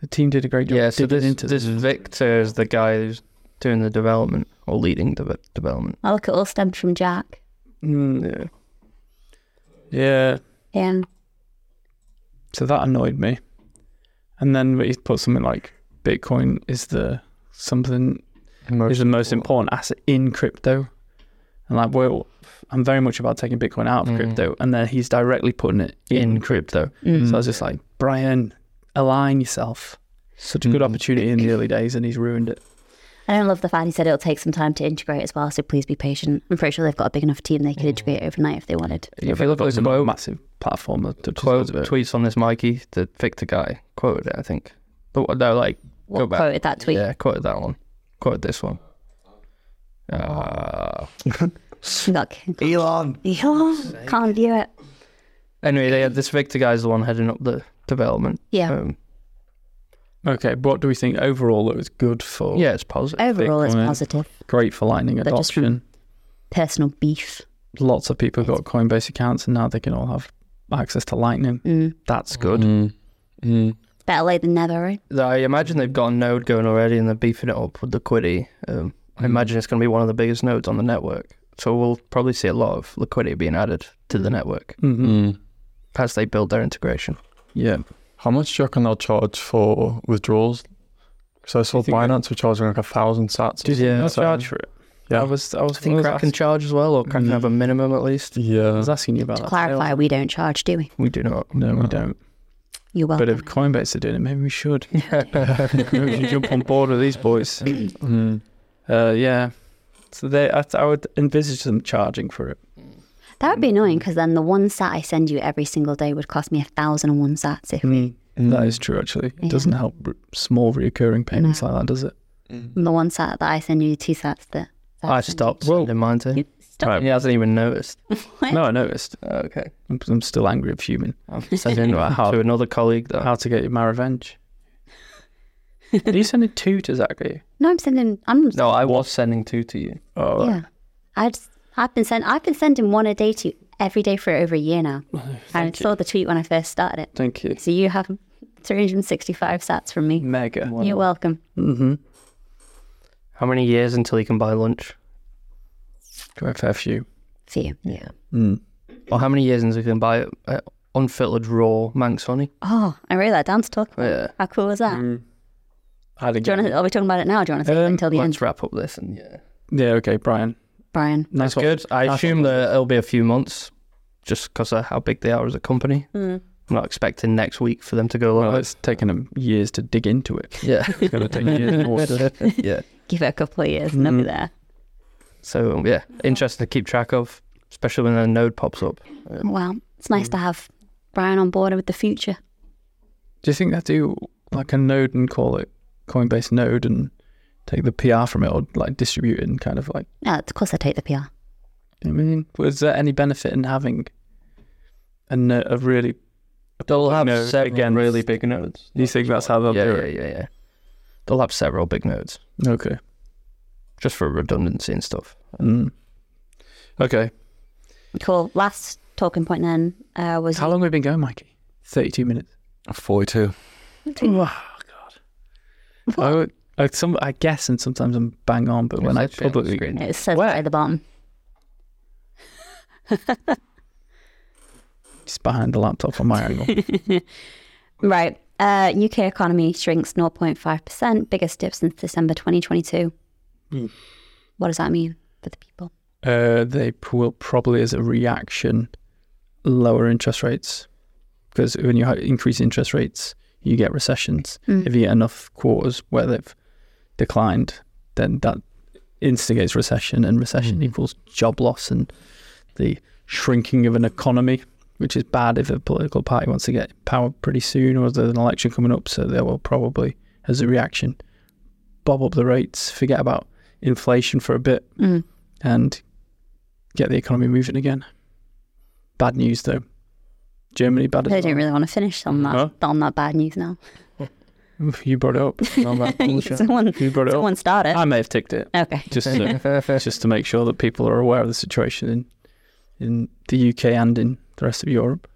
[SPEAKER 2] The team did a great job
[SPEAKER 5] Mm. Yeah, so
[SPEAKER 2] digging
[SPEAKER 5] this,
[SPEAKER 2] into
[SPEAKER 5] this Victor is the guy who's doing the development or leading the development.
[SPEAKER 1] Oh, look, it all stemmed from Jack.
[SPEAKER 2] Mm, yeah. yeah.
[SPEAKER 1] Yeah.
[SPEAKER 2] So that annoyed me. And then he put something like Bitcoin is the something is the most important asset in crypto. And like, well, I'm very much about taking Bitcoin out of
[SPEAKER 5] Mm.
[SPEAKER 2] crypto, and then he's directly putting it in
[SPEAKER 5] In crypto.
[SPEAKER 1] Mm.
[SPEAKER 2] So I was just like, Brian, align yourself. Such a good
[SPEAKER 5] Mm.
[SPEAKER 6] Mhm.
[SPEAKER 2] opportunity in the early days, and he's ruined it.
[SPEAKER 1] I don't love the fact he said it'll take some time to integrate as well, so please be patient. I'm pretty sure they've got a big enough team they could
[SPEAKER 5] Mm.
[SPEAKER 1] integrate overnight if they wanted.
[SPEAKER 5] If you look at
[SPEAKER 2] Got
[SPEAKER 5] his
[SPEAKER 2] some
[SPEAKER 5] quote,
[SPEAKER 2] massive platform that touches
[SPEAKER 5] quote
[SPEAKER 2] loads of it.
[SPEAKER 5] tweets on this Mikey, the Victor guy quoted it, I think. The one- No, like Go
[SPEAKER 1] What
[SPEAKER 5] back.
[SPEAKER 1] quoted that <laughs> tweet?
[SPEAKER 5] yeah, quoted that one. Quoted this one. Uh,
[SPEAKER 1] Look,
[SPEAKER 6] Elon.
[SPEAKER 1] Elon, can't do it.
[SPEAKER 5] anyway, they had this Victor guy's the one heading up the development.
[SPEAKER 1] Yeah.
[SPEAKER 5] Um,
[SPEAKER 2] Okay, but what do we think overall? That was good for
[SPEAKER 5] yeah, it's positive.
[SPEAKER 1] Overall, it's
[SPEAKER 2] Bitcoin.
[SPEAKER 1] positive.
[SPEAKER 2] great for Lightning
[SPEAKER 1] They're just from-
[SPEAKER 2] adoption.
[SPEAKER 1] Personal beef.
[SPEAKER 2] Lots of people got Coinbase accounts, and now they can all have access to Lightning.
[SPEAKER 1] Mm.
[SPEAKER 2] That's good.
[SPEAKER 3] Mm. Mm.
[SPEAKER 1] Better late than never, eh? right?
[SPEAKER 5] I imagine they've got a node going already and they're beefing it up with liquidity. Um, I imagine it's going to be one of the biggest nodes on the network. So we'll probably see a lot of liquidity being added to the network
[SPEAKER 2] Mm-hmm.
[SPEAKER 3] Mm.
[SPEAKER 5] as they build their integration.
[SPEAKER 2] Yeah,
[SPEAKER 3] How much do you reckon they'll charge for withdrawals? Because I saw
[SPEAKER 2] think that-
[SPEAKER 3] Binance were charging like a thousand sats. or
[SPEAKER 2] yeah,
[SPEAKER 3] something.
[SPEAKER 2] charge for it.
[SPEAKER 3] Yeah.
[SPEAKER 2] I was, I was,
[SPEAKER 5] I think
[SPEAKER 2] I was,
[SPEAKER 5] Crack can
[SPEAKER 2] asking,
[SPEAKER 5] charge as well, or Crack
[SPEAKER 2] Mm.
[SPEAKER 5] can have a minimum at least.
[SPEAKER 2] I
[SPEAKER 3] Yeah.
[SPEAKER 2] was asking you about
[SPEAKER 1] to
[SPEAKER 5] Oh,
[SPEAKER 2] that.
[SPEAKER 1] clarify, we don't charge, do we?
[SPEAKER 5] We do not.
[SPEAKER 2] No, we don't.
[SPEAKER 1] You're welcome.
[SPEAKER 2] But if Coinbase are doing it, maybe we should.
[SPEAKER 5] yeah,
[SPEAKER 2] <laughs> maybe we should jump on board with these boys.
[SPEAKER 3] Mm.
[SPEAKER 2] Uh, yeah. So they, I, I would envisage them charging for it.
[SPEAKER 1] that would be annoying because then the one sat I send you every single day would cost me a thousand and one sats. If
[SPEAKER 2] That is true, actually. It
[SPEAKER 1] Yeah.
[SPEAKER 2] doesn't help r- small reoccurring payments
[SPEAKER 1] No.
[SPEAKER 2] like that, does it?
[SPEAKER 1] and the one sat that I send you, two sats that that
[SPEAKER 5] Hmm. I
[SPEAKER 1] send
[SPEAKER 5] stopped sending mine to
[SPEAKER 1] you.
[SPEAKER 5] him.
[SPEAKER 1] Stop.
[SPEAKER 2] Right.
[SPEAKER 5] He hasn't even noticed.
[SPEAKER 2] <laughs> No, I noticed.
[SPEAKER 5] Oh, Okay.
[SPEAKER 2] I'm, I'm still angry at fuming.
[SPEAKER 5] I'm <laughs> sending it to another colleague that
[SPEAKER 2] How to get my
[SPEAKER 5] <laughs>
[SPEAKER 2] revenge? Are you sending two to Zach? Are you?
[SPEAKER 1] No, I'm sending. I'm
[SPEAKER 5] No, I was sending two to you.
[SPEAKER 2] Oh,
[SPEAKER 1] yeah. I'd, I've been send, I've been sending one a day to you every day for over a year now. I saw the tweet when I first started it.
[SPEAKER 2] thank you.
[SPEAKER 1] So you have 365 sats from me.
[SPEAKER 2] Mega.
[SPEAKER 1] You're welcome.
[SPEAKER 2] Mm-hmm.
[SPEAKER 5] How many years until you can buy lunch?
[SPEAKER 2] Go a fair few.
[SPEAKER 1] For you.
[SPEAKER 5] Yeah.
[SPEAKER 2] Mm.
[SPEAKER 5] Or how many years until you can buy uh, unfiltered raw Manx honey?
[SPEAKER 1] Oh, I wrote that down to talk about.
[SPEAKER 5] Yeah.
[SPEAKER 1] How cool was that?
[SPEAKER 2] Had a
[SPEAKER 1] Do you want to, are we talking about it now? Do you want to
[SPEAKER 2] Um,
[SPEAKER 1] until the
[SPEAKER 5] Let's
[SPEAKER 1] end,
[SPEAKER 5] wrap up this and yeah.
[SPEAKER 2] Yeah, okay, Brian.
[SPEAKER 1] Brian?
[SPEAKER 2] Nice
[SPEAKER 5] That's
[SPEAKER 2] one.
[SPEAKER 5] good. I
[SPEAKER 2] Nice
[SPEAKER 5] assume that it'll be a few months just because of how big they are as a company. I'm not expecting next week for them to go
[SPEAKER 2] Well,
[SPEAKER 5] live.
[SPEAKER 2] it's taken them years to dig into it.
[SPEAKER 5] <laughs> yeah.
[SPEAKER 2] It's going to take
[SPEAKER 5] <laughs>
[SPEAKER 2] years. more to-
[SPEAKER 5] yeah.
[SPEAKER 1] Give it a couple of years and they'll be there.
[SPEAKER 5] So, um, yeah, interesting to keep track of, especially when a node pops up.
[SPEAKER 1] Well, it's nice to have Brian on board with the future.
[SPEAKER 2] Do you think they do like a node and call it Coinbase Node and take the PR from it or like distribute it and kind of like?
[SPEAKER 1] Yeah, of course I take the PR.
[SPEAKER 2] I mean, was there any benefit in having a, no- a really?
[SPEAKER 5] They'll have
[SPEAKER 2] node
[SPEAKER 5] several
[SPEAKER 2] against-
[SPEAKER 5] really big nodes.
[SPEAKER 2] Do you think that's how they'll
[SPEAKER 5] yeah,
[SPEAKER 2] do
[SPEAKER 5] yeah,
[SPEAKER 2] it?
[SPEAKER 5] yeah, yeah. They'll have several big nodes
[SPEAKER 2] Okay.
[SPEAKER 5] just for redundancy and stuff.
[SPEAKER 2] Mm. Okay.
[SPEAKER 1] Cool. Last talking point then uh, was
[SPEAKER 2] How long have we been going, Mikey? Thirty-two minutes.
[SPEAKER 6] 42.
[SPEAKER 2] Oh God! I, I, some, I guess, and sometimes I'm bang on, but when I
[SPEAKER 5] It's actually on the
[SPEAKER 2] publicly,
[SPEAKER 5] screen. <laughs>
[SPEAKER 1] it says
[SPEAKER 2] Where?
[SPEAKER 1] by the bottom.
[SPEAKER 2] just behind the laptop on my angle.
[SPEAKER 1] Right. Uh, UK economy shrinks 0.5%, biggest dip since December 2022.
[SPEAKER 2] Hmm.
[SPEAKER 1] What does that mean for the people?
[SPEAKER 2] Uh, they p- will probably, as a reaction, lower interest rates because when you ha- increase interest rates, you get recessions. If you get enough quarters where they've declined, then that instigates recession, and recession equals job loss and the shrinking of an economy, which is bad if a political party wants to get in power pretty soon or there's an election coming up. So they will probably, as a reaction, bob up the rates, forget about inflation for a bit
[SPEAKER 1] Mm.
[SPEAKER 2] and get the economy moving again. Bad news though. Germany bad
[SPEAKER 1] They
[SPEAKER 2] as
[SPEAKER 1] don't really want to finish on that
[SPEAKER 2] Huh?
[SPEAKER 1] on that bad news now.
[SPEAKER 2] well. <laughs> You brought it
[SPEAKER 1] <laughs>
[SPEAKER 2] up.
[SPEAKER 1] someone, <laughs>
[SPEAKER 2] You brought it up.
[SPEAKER 1] someone started.
[SPEAKER 2] I may have ticked it
[SPEAKER 1] Okay. <laughs>
[SPEAKER 2] just to, <laughs> just to make sure that people are aware of the situation in in the UK and in the rest of Europe.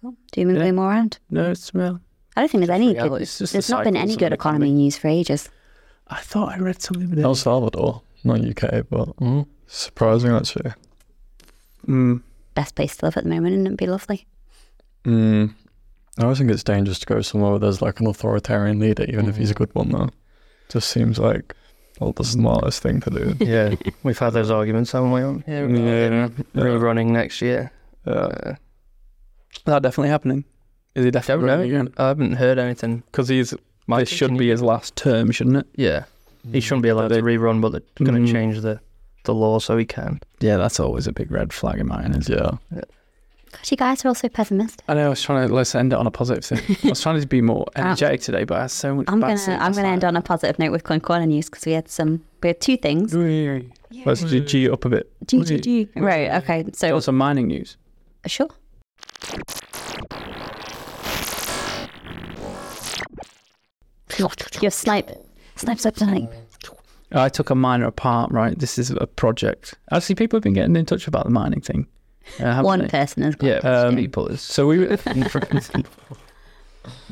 [SPEAKER 1] Cool. Do you want to
[SPEAKER 2] Yeah.
[SPEAKER 1] go more around?
[SPEAKER 2] No, it's well.
[SPEAKER 1] I don't think there's any
[SPEAKER 2] reality.
[SPEAKER 1] good,
[SPEAKER 2] It's just the
[SPEAKER 1] there's not been
[SPEAKER 2] cycles
[SPEAKER 1] any
[SPEAKER 2] of
[SPEAKER 1] good
[SPEAKER 2] the
[SPEAKER 1] economy news for ages.
[SPEAKER 2] I thought I read something about it. Hmm.
[SPEAKER 3] El Salvador, not UK, but
[SPEAKER 5] Mm.
[SPEAKER 3] surprising actually.
[SPEAKER 2] Mm,
[SPEAKER 1] Best place to live at the moment, and it'd be lovely.
[SPEAKER 3] Mm. I always think it's dangerous to go somewhere where there's like an authoritarian leader, even if he's a good one though. Just seems like well the smartest thing to do.
[SPEAKER 5] yeah, we've had those arguments, haven't we? On here,
[SPEAKER 3] Yeah.
[SPEAKER 5] rerunning next year. Uh,
[SPEAKER 2] that definitely happening. Is it definitely
[SPEAKER 5] Don't know.
[SPEAKER 2] happening again?
[SPEAKER 5] I haven't heard anything.
[SPEAKER 2] Because he's
[SPEAKER 5] My
[SPEAKER 2] this should be his last term, shouldn't it?
[SPEAKER 5] Yeah, he shouldn't be allowed to rerun, but they're going
[SPEAKER 2] Mm.
[SPEAKER 5] to change the the law so he can.
[SPEAKER 2] Yeah, that's always a big red flag in mine. Is
[SPEAKER 6] Yeah.
[SPEAKER 1] Gosh, you guys are all so
[SPEAKER 2] <laughs>
[SPEAKER 1] pessimistic.
[SPEAKER 2] I know. I was trying to let's end it on a positive <laughs> thing. I was trying to be more energetic today, but I had so much.
[SPEAKER 1] <laughs> Ah. I'm
[SPEAKER 2] bad
[SPEAKER 1] gonna
[SPEAKER 2] stuff
[SPEAKER 1] I'm
[SPEAKER 2] last
[SPEAKER 1] gonna end
[SPEAKER 2] night.
[SPEAKER 1] on a positive note with Concorde news because we had some we had two things.
[SPEAKER 2] Let's g- g up a bit.
[SPEAKER 1] G G G. Right. Okay. So
[SPEAKER 2] Also, mining news.
[SPEAKER 1] sure. Your snipe, snipe, snipe, snipe.
[SPEAKER 2] I took a miner apart. Right, this is a project. Actually, people have been getting in touch about the mining thing. Uh, haven't
[SPEAKER 1] One
[SPEAKER 2] they?
[SPEAKER 1] person has got
[SPEAKER 5] Yeah,
[SPEAKER 2] Um,
[SPEAKER 5] people
[SPEAKER 2] <laughs>
[SPEAKER 5] is
[SPEAKER 2] So we. were-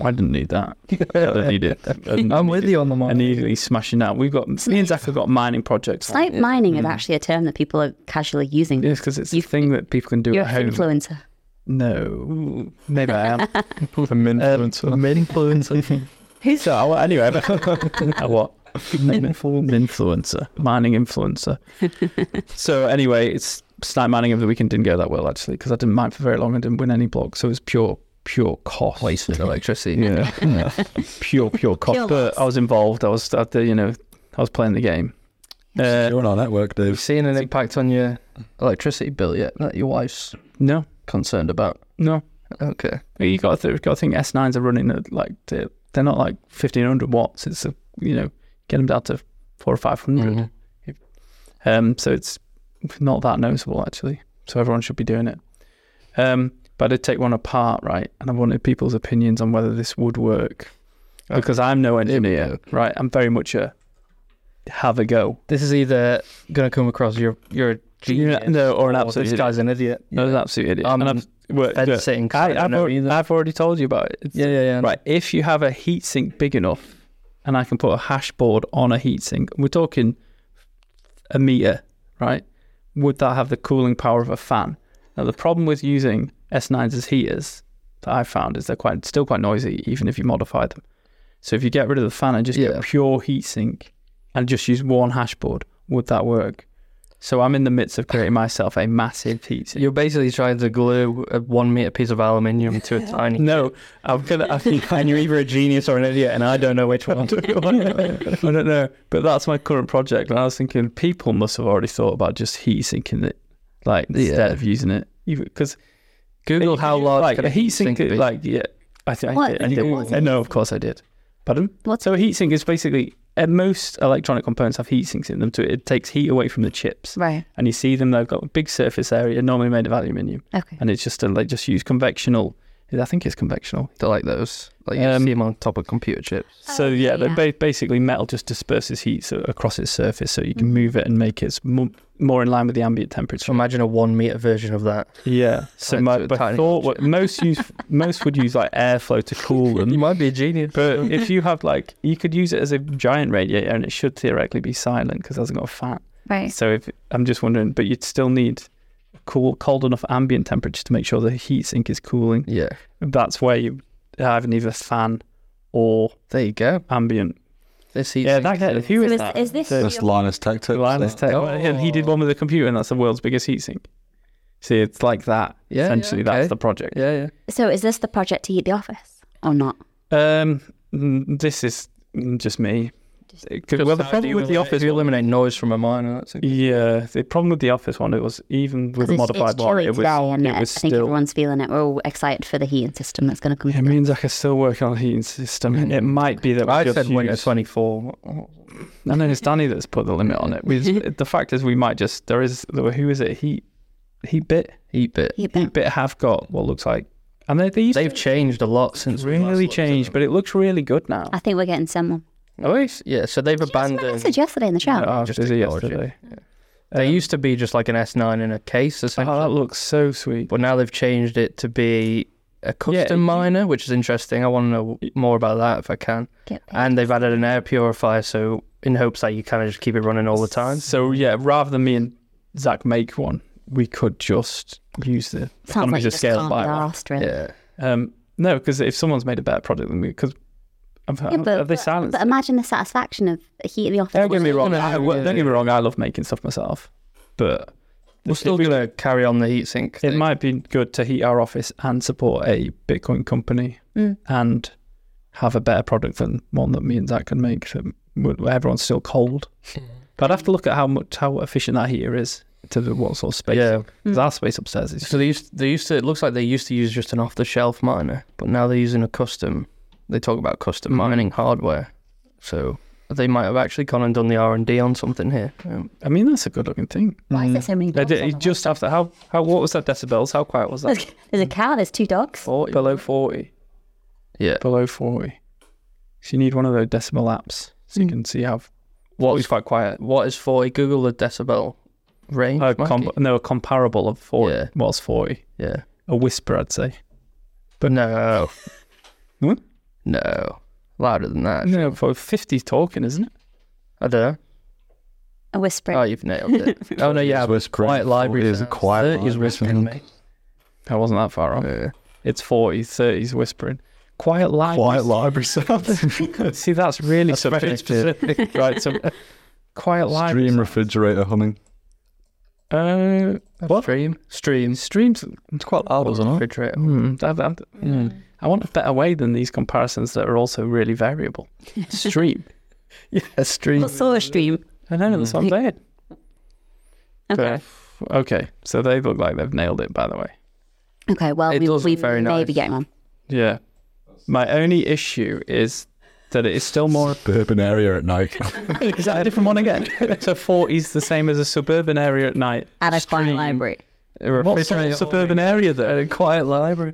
[SPEAKER 2] I didn't need that. I don't need it. I didn't
[SPEAKER 4] I'm
[SPEAKER 2] need
[SPEAKER 4] with
[SPEAKER 2] it.
[SPEAKER 4] you on the
[SPEAKER 2] I
[SPEAKER 4] mic.
[SPEAKER 2] needly smashing out. We've got me and Zach have got mining projects.
[SPEAKER 1] Snipe mining
[SPEAKER 2] Mm-hmm.
[SPEAKER 1] is actually a term that people are casually using.
[SPEAKER 2] Yes, because it's a
[SPEAKER 1] You-
[SPEAKER 2] thing that people can do
[SPEAKER 1] You're
[SPEAKER 2] at
[SPEAKER 1] an
[SPEAKER 2] home.
[SPEAKER 1] influencer.
[SPEAKER 2] No, maybe I am.
[SPEAKER 3] I'm influencer.
[SPEAKER 5] <laughs>
[SPEAKER 4] influencer.
[SPEAKER 2] He's so well,
[SPEAKER 1] <laughs>
[SPEAKER 2] anyway. but- <laughs> Uh, what? Minful influencer,
[SPEAKER 1] <laughs>
[SPEAKER 2] mining influencer. so anyway, it's snipe mining of the weekend didn't go that well actually because I didn't mine for very long. I didn't win any blocks, so it was pure, pure cost.
[SPEAKER 5] wasted electricity.
[SPEAKER 2] Yeah, <laughs> pure, pure cost.
[SPEAKER 1] Pure
[SPEAKER 2] but
[SPEAKER 1] loss.
[SPEAKER 2] I was involved. I was, I, did- you know, I was playing the game. Uh,
[SPEAKER 6] You're on our network,
[SPEAKER 5] Have you
[SPEAKER 6] Dave.
[SPEAKER 5] seen an impact on your electricity bill yet that your wife's
[SPEAKER 2] no,
[SPEAKER 5] concerned about?
[SPEAKER 2] no.
[SPEAKER 5] Okay.
[SPEAKER 2] You got to, got to think S nines are running at like they're, they're not like fifteen hundred watts. It's a, you know, get them down to four or five hundred. Um, so it's not that noticeable actually. So everyone should be doing it. Um, but I did take one apart, right? And I wanted people's opinions on whether this would work because I'm no engineer, right? I'm very much a have a go.
[SPEAKER 5] This is either going to come across you're you're a genius,
[SPEAKER 2] Yeah, no, or an absolute
[SPEAKER 5] this
[SPEAKER 2] idiot.
[SPEAKER 5] guy's an idiot.
[SPEAKER 2] I was an absolute idiot.
[SPEAKER 5] I'm
[SPEAKER 2] and I've worked.
[SPEAKER 5] Fed
[SPEAKER 2] I,
[SPEAKER 5] sitting. 'cause I, don't
[SPEAKER 2] I've,
[SPEAKER 5] know
[SPEAKER 2] already,
[SPEAKER 5] either.
[SPEAKER 2] I've already told you about it. It's-
[SPEAKER 5] Yeah, yeah, yeah.
[SPEAKER 2] Right. If you have a heatsink big enough, and I can put a hash board on a heatsink, we're talking a meter, right? Would that have the cooling power of a fan? Now the problem with using S9s as heaters that I found is they're quite still quite noisy, even if you modify them. So if you get rid of the fan and just get
[SPEAKER 5] Yeah.
[SPEAKER 2] a pure heatsink and just use one hash board, would that work? So I'm in the midst of creating myself a massive heatsink.
[SPEAKER 5] You're basically trying to glue a one meter piece of aluminium to a
[SPEAKER 2] <laughs>
[SPEAKER 5] tiny.
[SPEAKER 4] No, I'm gonna. I think and you're either a genius or an idiot, and I don't know which
[SPEAKER 2] <laughs>
[SPEAKER 4] one.
[SPEAKER 2] I don't know, but that's my current project. And I was thinking, people must have already thought about just heat sinking it, like instead of using it, because
[SPEAKER 5] Google how large
[SPEAKER 2] like
[SPEAKER 5] can
[SPEAKER 2] a heat
[SPEAKER 5] sink
[SPEAKER 2] sink,
[SPEAKER 5] be?
[SPEAKER 2] like yeah, I think
[SPEAKER 1] What?
[SPEAKER 2] I did. I
[SPEAKER 1] Did
[SPEAKER 2] did.
[SPEAKER 1] you want
[SPEAKER 2] I know, of course, I did. Pardon?
[SPEAKER 1] What?
[SPEAKER 2] So a heat sink is basically uh, most electronic components have heat sinks in them, so it takes heat away from the chips.
[SPEAKER 1] Right.
[SPEAKER 2] And you see them; they've got a big surface area, normally made of aluminium,
[SPEAKER 1] Okay.
[SPEAKER 2] and it's just a, they just use convectional. I think it's convectional
[SPEAKER 5] They're like those. Like you
[SPEAKER 2] Um,
[SPEAKER 5] see them on top of computer chips.
[SPEAKER 2] So
[SPEAKER 1] Oh,
[SPEAKER 2] yeah,
[SPEAKER 1] yeah.
[SPEAKER 2] but ba- basically metal just disperses heat so, across its surface, so you can
[SPEAKER 1] Mm-hmm.
[SPEAKER 2] move it and make it more, more in line with the ambient temperature.
[SPEAKER 5] So imagine a one meter version of that.
[SPEAKER 2] yeah. So
[SPEAKER 5] Like
[SPEAKER 2] my,
[SPEAKER 5] to a
[SPEAKER 2] but
[SPEAKER 5] tiny
[SPEAKER 2] thought what, most use most would use like airflow to cool them.
[SPEAKER 5] might be a genius.
[SPEAKER 2] But if you have like, you could use it as a giant radiator, and it should theoretically be silent because it hasn't got a fan.
[SPEAKER 1] Right.
[SPEAKER 2] So if I'm just wondering, but you'd still need a cool, cold enough ambient temperature to make sure the heat sink is cooling.
[SPEAKER 5] Yeah.
[SPEAKER 2] That's where you have either fan or
[SPEAKER 5] There you go.
[SPEAKER 2] ambient.
[SPEAKER 5] This heat.
[SPEAKER 2] Yeah,
[SPEAKER 5] sink
[SPEAKER 2] that guy.
[SPEAKER 5] is-
[SPEAKER 2] Who
[SPEAKER 1] So
[SPEAKER 2] is
[SPEAKER 1] is,
[SPEAKER 2] that?
[SPEAKER 1] is this
[SPEAKER 2] So-
[SPEAKER 6] That's Linus Tech Tips.
[SPEAKER 2] Linus Tech. Well, and he did one with a computer, and that's the world's biggest heatsink. See, it's like that.
[SPEAKER 5] Yeah,
[SPEAKER 2] essentially,
[SPEAKER 5] yeah, okay.
[SPEAKER 2] that's the project.
[SPEAKER 5] Yeah, yeah.
[SPEAKER 1] so is this the project to heat the office or not?
[SPEAKER 2] Um, mm, this is mm, just me. It could- well, the problem with the office,
[SPEAKER 5] you eliminate noise from a miner. That's it.
[SPEAKER 2] yeah, the problem with the office one, it was even with a modified
[SPEAKER 1] it's
[SPEAKER 2] one,
[SPEAKER 1] chilly
[SPEAKER 2] it was,
[SPEAKER 1] today, and
[SPEAKER 2] it
[SPEAKER 1] I
[SPEAKER 2] was
[SPEAKER 1] think
[SPEAKER 2] still.
[SPEAKER 1] everyone's feeling it. We're all excited for the heating system that's going to come.
[SPEAKER 2] It means I can still work on a heating system. It might be that we
[SPEAKER 5] I
[SPEAKER 2] just
[SPEAKER 5] said
[SPEAKER 2] <laughs>
[SPEAKER 5] winter
[SPEAKER 2] use-
[SPEAKER 5] 24.
[SPEAKER 2] I know it's Danny that's put the limit on it. We just- the fact is, we might just there is who is it? Heat, heat bit,
[SPEAKER 5] Heat bit.
[SPEAKER 1] Heat
[SPEAKER 2] heat bit have got what looks like, and they, they used to
[SPEAKER 5] They've changed a lot since we last
[SPEAKER 2] really
[SPEAKER 5] looked at
[SPEAKER 2] changed,
[SPEAKER 5] them.
[SPEAKER 2] but it looks really good now.
[SPEAKER 1] I think we're getting someone.
[SPEAKER 5] Oh, it's- yeah. So they've
[SPEAKER 1] I
[SPEAKER 5] abandoned.
[SPEAKER 1] said yesterday in the chat.
[SPEAKER 2] I was
[SPEAKER 5] Just
[SPEAKER 2] busy
[SPEAKER 5] acknowledge it.
[SPEAKER 2] yesterday.
[SPEAKER 5] They used to be just like an S9 in a case,
[SPEAKER 2] Oh, that
[SPEAKER 5] essentially.
[SPEAKER 2] looks so sweet.
[SPEAKER 5] but now they've changed it to be a custom
[SPEAKER 2] you-
[SPEAKER 5] miner, which is interesting. I want to know more about that if I can.
[SPEAKER 1] Get paid.
[SPEAKER 5] And they've added an air purifier, so in hopes that you kind of just keep it running all the time.
[SPEAKER 2] So yeah, rather than me and Zach make one, we could just use the
[SPEAKER 1] Sounds
[SPEAKER 2] economies
[SPEAKER 1] like you
[SPEAKER 2] of
[SPEAKER 1] just
[SPEAKER 2] scale
[SPEAKER 1] can't
[SPEAKER 2] by
[SPEAKER 1] be
[SPEAKER 2] one.
[SPEAKER 1] arsed, really.
[SPEAKER 5] Yeah.
[SPEAKER 2] Um, no, because if someone's made a better product than we, because
[SPEAKER 1] Yeah, but,
[SPEAKER 2] are they
[SPEAKER 1] but-
[SPEAKER 2] silenced?
[SPEAKER 1] but imagine the satisfaction of heating the office.
[SPEAKER 2] don't get
[SPEAKER 1] <laughs>
[SPEAKER 2] me wrong.
[SPEAKER 5] No, no,
[SPEAKER 2] I,
[SPEAKER 5] yeah,
[SPEAKER 2] don't get
[SPEAKER 5] yeah.
[SPEAKER 2] me wrong. I love making stuff myself, but
[SPEAKER 5] We're still going to carry on the heatsink.
[SPEAKER 2] it
[SPEAKER 5] thing.
[SPEAKER 2] might be good to heat our office and support a Bitcoin company
[SPEAKER 1] Mm.
[SPEAKER 2] and have a better product than one that me and Zach can make that w- where everyone's
[SPEAKER 1] <laughs>
[SPEAKER 2] still cold. But I'd have to look at how much how efficient that heater is in terms of what sort of space.
[SPEAKER 5] Yeah.
[SPEAKER 2] 'Cause our space upstairs is
[SPEAKER 5] So they used they used to it looks like they used to use just an off the shelf miner, but now they're using a custom. They talk about custom
[SPEAKER 2] Mhm.
[SPEAKER 5] mining hardware, so they might have actually gone and done the R and D on something here. Um,
[SPEAKER 2] I mean that's a good looking thing.
[SPEAKER 1] Why is there so many
[SPEAKER 2] Mm. They
[SPEAKER 1] dogs?
[SPEAKER 2] did-
[SPEAKER 1] on the
[SPEAKER 2] it just after how how what was that decibels? How quiet was
[SPEAKER 1] wall?
[SPEAKER 2] that?
[SPEAKER 1] <laughs> There's a cow. There's two dogs.
[SPEAKER 5] forty.
[SPEAKER 2] Below forty.
[SPEAKER 5] Yeah.
[SPEAKER 2] Below forty. So you need one of those decibel apps so
[SPEAKER 5] Mm.
[SPEAKER 2] you can see how
[SPEAKER 5] What's quite quiet? What is forty? Google the decibel range.
[SPEAKER 2] Uh,
[SPEAKER 5] Mikey.
[SPEAKER 2] com- no, a comparable of 40.
[SPEAKER 5] Yeah.
[SPEAKER 2] What's 40?
[SPEAKER 5] yeah.
[SPEAKER 2] A whisper, I'd say.
[SPEAKER 5] But Hmm? no.
[SPEAKER 2] What?
[SPEAKER 5] No. Louder than that.
[SPEAKER 2] No, for 50 talking, isn't it?
[SPEAKER 5] I don't know.
[SPEAKER 1] A whisper.
[SPEAKER 5] Oh, you've nailed <laughs> it. oh no, yeah.
[SPEAKER 6] It's
[SPEAKER 5] Quiet library.
[SPEAKER 6] It is a
[SPEAKER 5] sounds.
[SPEAKER 6] quiet
[SPEAKER 5] 30s
[SPEAKER 6] library
[SPEAKER 5] whispering,
[SPEAKER 6] sound.
[SPEAKER 5] mate.
[SPEAKER 2] I wasn't that far off.
[SPEAKER 5] Yeah.
[SPEAKER 2] It's 40, 30s whispering. Quiet life.
[SPEAKER 6] Quiet library sound.
[SPEAKER 3] <laughs>
[SPEAKER 2] See, that's really
[SPEAKER 6] That's
[SPEAKER 2] subject
[SPEAKER 6] subjective.
[SPEAKER 2] specific, <laughs> right? So, uh, quiet life.
[SPEAKER 6] Stream refrigerator humming.
[SPEAKER 2] Uh, What?
[SPEAKER 5] Stream. Stream.
[SPEAKER 2] streams.
[SPEAKER 3] It's quite loud, isn't it?
[SPEAKER 5] Refrigerator.
[SPEAKER 2] Hmm, I, I, I want a better way than these comparisons that are also really variable. Stream.
[SPEAKER 5] A stream.
[SPEAKER 1] What sort of stream?
[SPEAKER 2] I don't know, that's what I'm saying.
[SPEAKER 1] Okay.
[SPEAKER 2] But- okay, so they look like they've nailed it, by the way.
[SPEAKER 1] Okay. Well,
[SPEAKER 5] It
[SPEAKER 1] we,
[SPEAKER 5] does
[SPEAKER 1] we
[SPEAKER 5] look very
[SPEAKER 1] may
[SPEAKER 5] nice.
[SPEAKER 1] be getting one.
[SPEAKER 2] Yeah. My only issue is that it is still
[SPEAKER 5] <laughs>
[SPEAKER 2] more.
[SPEAKER 6] Suburban area at night.
[SPEAKER 2] is that a different one again? so 40 is the same as a suburban area at night.
[SPEAKER 1] At a fine
[SPEAKER 2] Stream.
[SPEAKER 1] library.
[SPEAKER 2] A
[SPEAKER 5] What
[SPEAKER 2] refrigerator-
[SPEAKER 5] sort of
[SPEAKER 2] suburban area though?
[SPEAKER 5] quiet
[SPEAKER 1] <laughs>
[SPEAKER 5] library.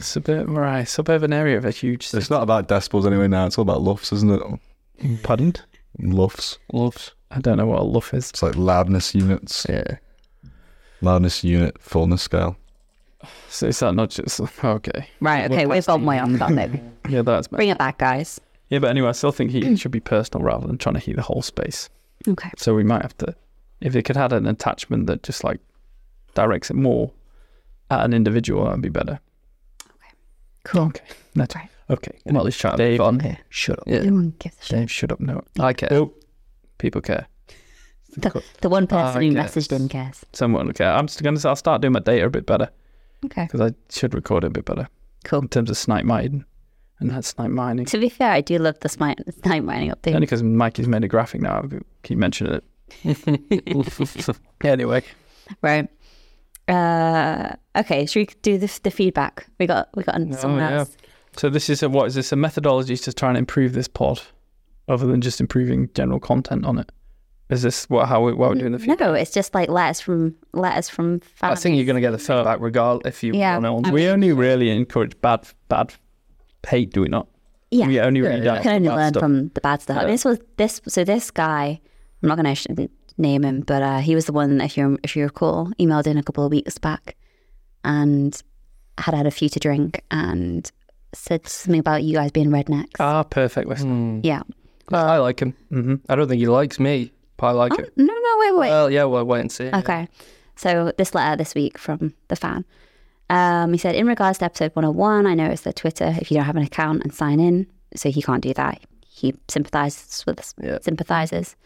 [SPEAKER 2] Suburban, right? Suburban area of a huge.
[SPEAKER 6] it's not about decibels anyway now. It's all about lofts, isn't it?
[SPEAKER 2] Pardon?
[SPEAKER 6] Lofts.
[SPEAKER 5] Loves.
[SPEAKER 2] I don't know what a luff is.
[SPEAKER 6] It's like loudness units.
[SPEAKER 5] Yeah.
[SPEAKER 6] Loudness unit, fullness scale.
[SPEAKER 2] So is that not just <laughs> okay?
[SPEAKER 1] Right. Okay. We've gone way off topic.
[SPEAKER 2] Yeah, that's
[SPEAKER 1] Bring it back, guys.
[SPEAKER 2] yeah. But anyway, I still think heat should be personal rather than trying to heat the whole space.
[SPEAKER 1] Okay.
[SPEAKER 2] So we might have to, if it could add an attachment that just like directs it more at an individual, that'd be better.
[SPEAKER 1] Cool.
[SPEAKER 2] Okay. That's
[SPEAKER 1] Right.
[SPEAKER 2] okay.
[SPEAKER 5] I'm at least trying to
[SPEAKER 2] Dave.
[SPEAKER 5] be on here. Oh.
[SPEAKER 2] Shut up.
[SPEAKER 5] Yeah.
[SPEAKER 1] No one gives a shit.
[SPEAKER 2] Dave, shut up. No,
[SPEAKER 5] I care.
[SPEAKER 2] people care.
[SPEAKER 1] The one person
[SPEAKER 2] I
[SPEAKER 1] who
[SPEAKER 2] guess.
[SPEAKER 1] messaged in cares.
[SPEAKER 2] Someone will care. I'm just gonna. I'll start doing my data a bit better
[SPEAKER 1] Okay.
[SPEAKER 2] because I should record it a bit better
[SPEAKER 1] Cool.
[SPEAKER 2] in terms of snipe mining, and that's snipe mining.
[SPEAKER 1] To be fair, I do love the smite, <laughs> night mining update.
[SPEAKER 2] Only because Mikey's made a graphic now. I keep mentioning
[SPEAKER 1] <laughs>
[SPEAKER 2] it. anyway,
[SPEAKER 1] Right. Uh, okay, should we do this, the feedback? We got we got someone
[SPEAKER 2] yeah.
[SPEAKER 1] else.
[SPEAKER 2] so this is a, what is this a methodology to try and improve this pod, other than just improving general content on it? Is this what how we, what we're doing in the future?
[SPEAKER 1] No, it's just like letters from letters from
[SPEAKER 5] I
[SPEAKER 1] fans.
[SPEAKER 5] think you're going to get the feedback regardless if you
[SPEAKER 1] Yeah.
[SPEAKER 5] want it on.
[SPEAKER 2] We only really encourage bad bad hate, do we not?
[SPEAKER 1] yeah,
[SPEAKER 2] We only read
[SPEAKER 5] yeah.
[SPEAKER 1] I
[SPEAKER 2] out
[SPEAKER 1] can only
[SPEAKER 2] bad
[SPEAKER 1] learn
[SPEAKER 2] stuff.
[SPEAKER 1] from the bad stuff.
[SPEAKER 2] Yeah.
[SPEAKER 1] This was this so this guy. I'm not going to name him, but uh, he was the one if you if you recall emailed in a couple of weeks back, and had had a few to drink and said something about you guys being rednecks.
[SPEAKER 2] Ah, perfect. Listen.
[SPEAKER 1] yeah.
[SPEAKER 5] Mm. I like him.
[SPEAKER 2] Mm-hmm.
[SPEAKER 5] I don't think he likes me, but I like
[SPEAKER 1] Oh,
[SPEAKER 5] him.
[SPEAKER 1] no, no, wait, wait.
[SPEAKER 5] Well, yeah, well, wait and see.
[SPEAKER 1] Okay. So this letter this week from the fan. Um, he said, in regards to episode 101, I noticed that Twitter, if you don't have an account and sign in, so he can't do that. He sympathizes with us,
[SPEAKER 5] Yeah.
[SPEAKER 1] sympathizes.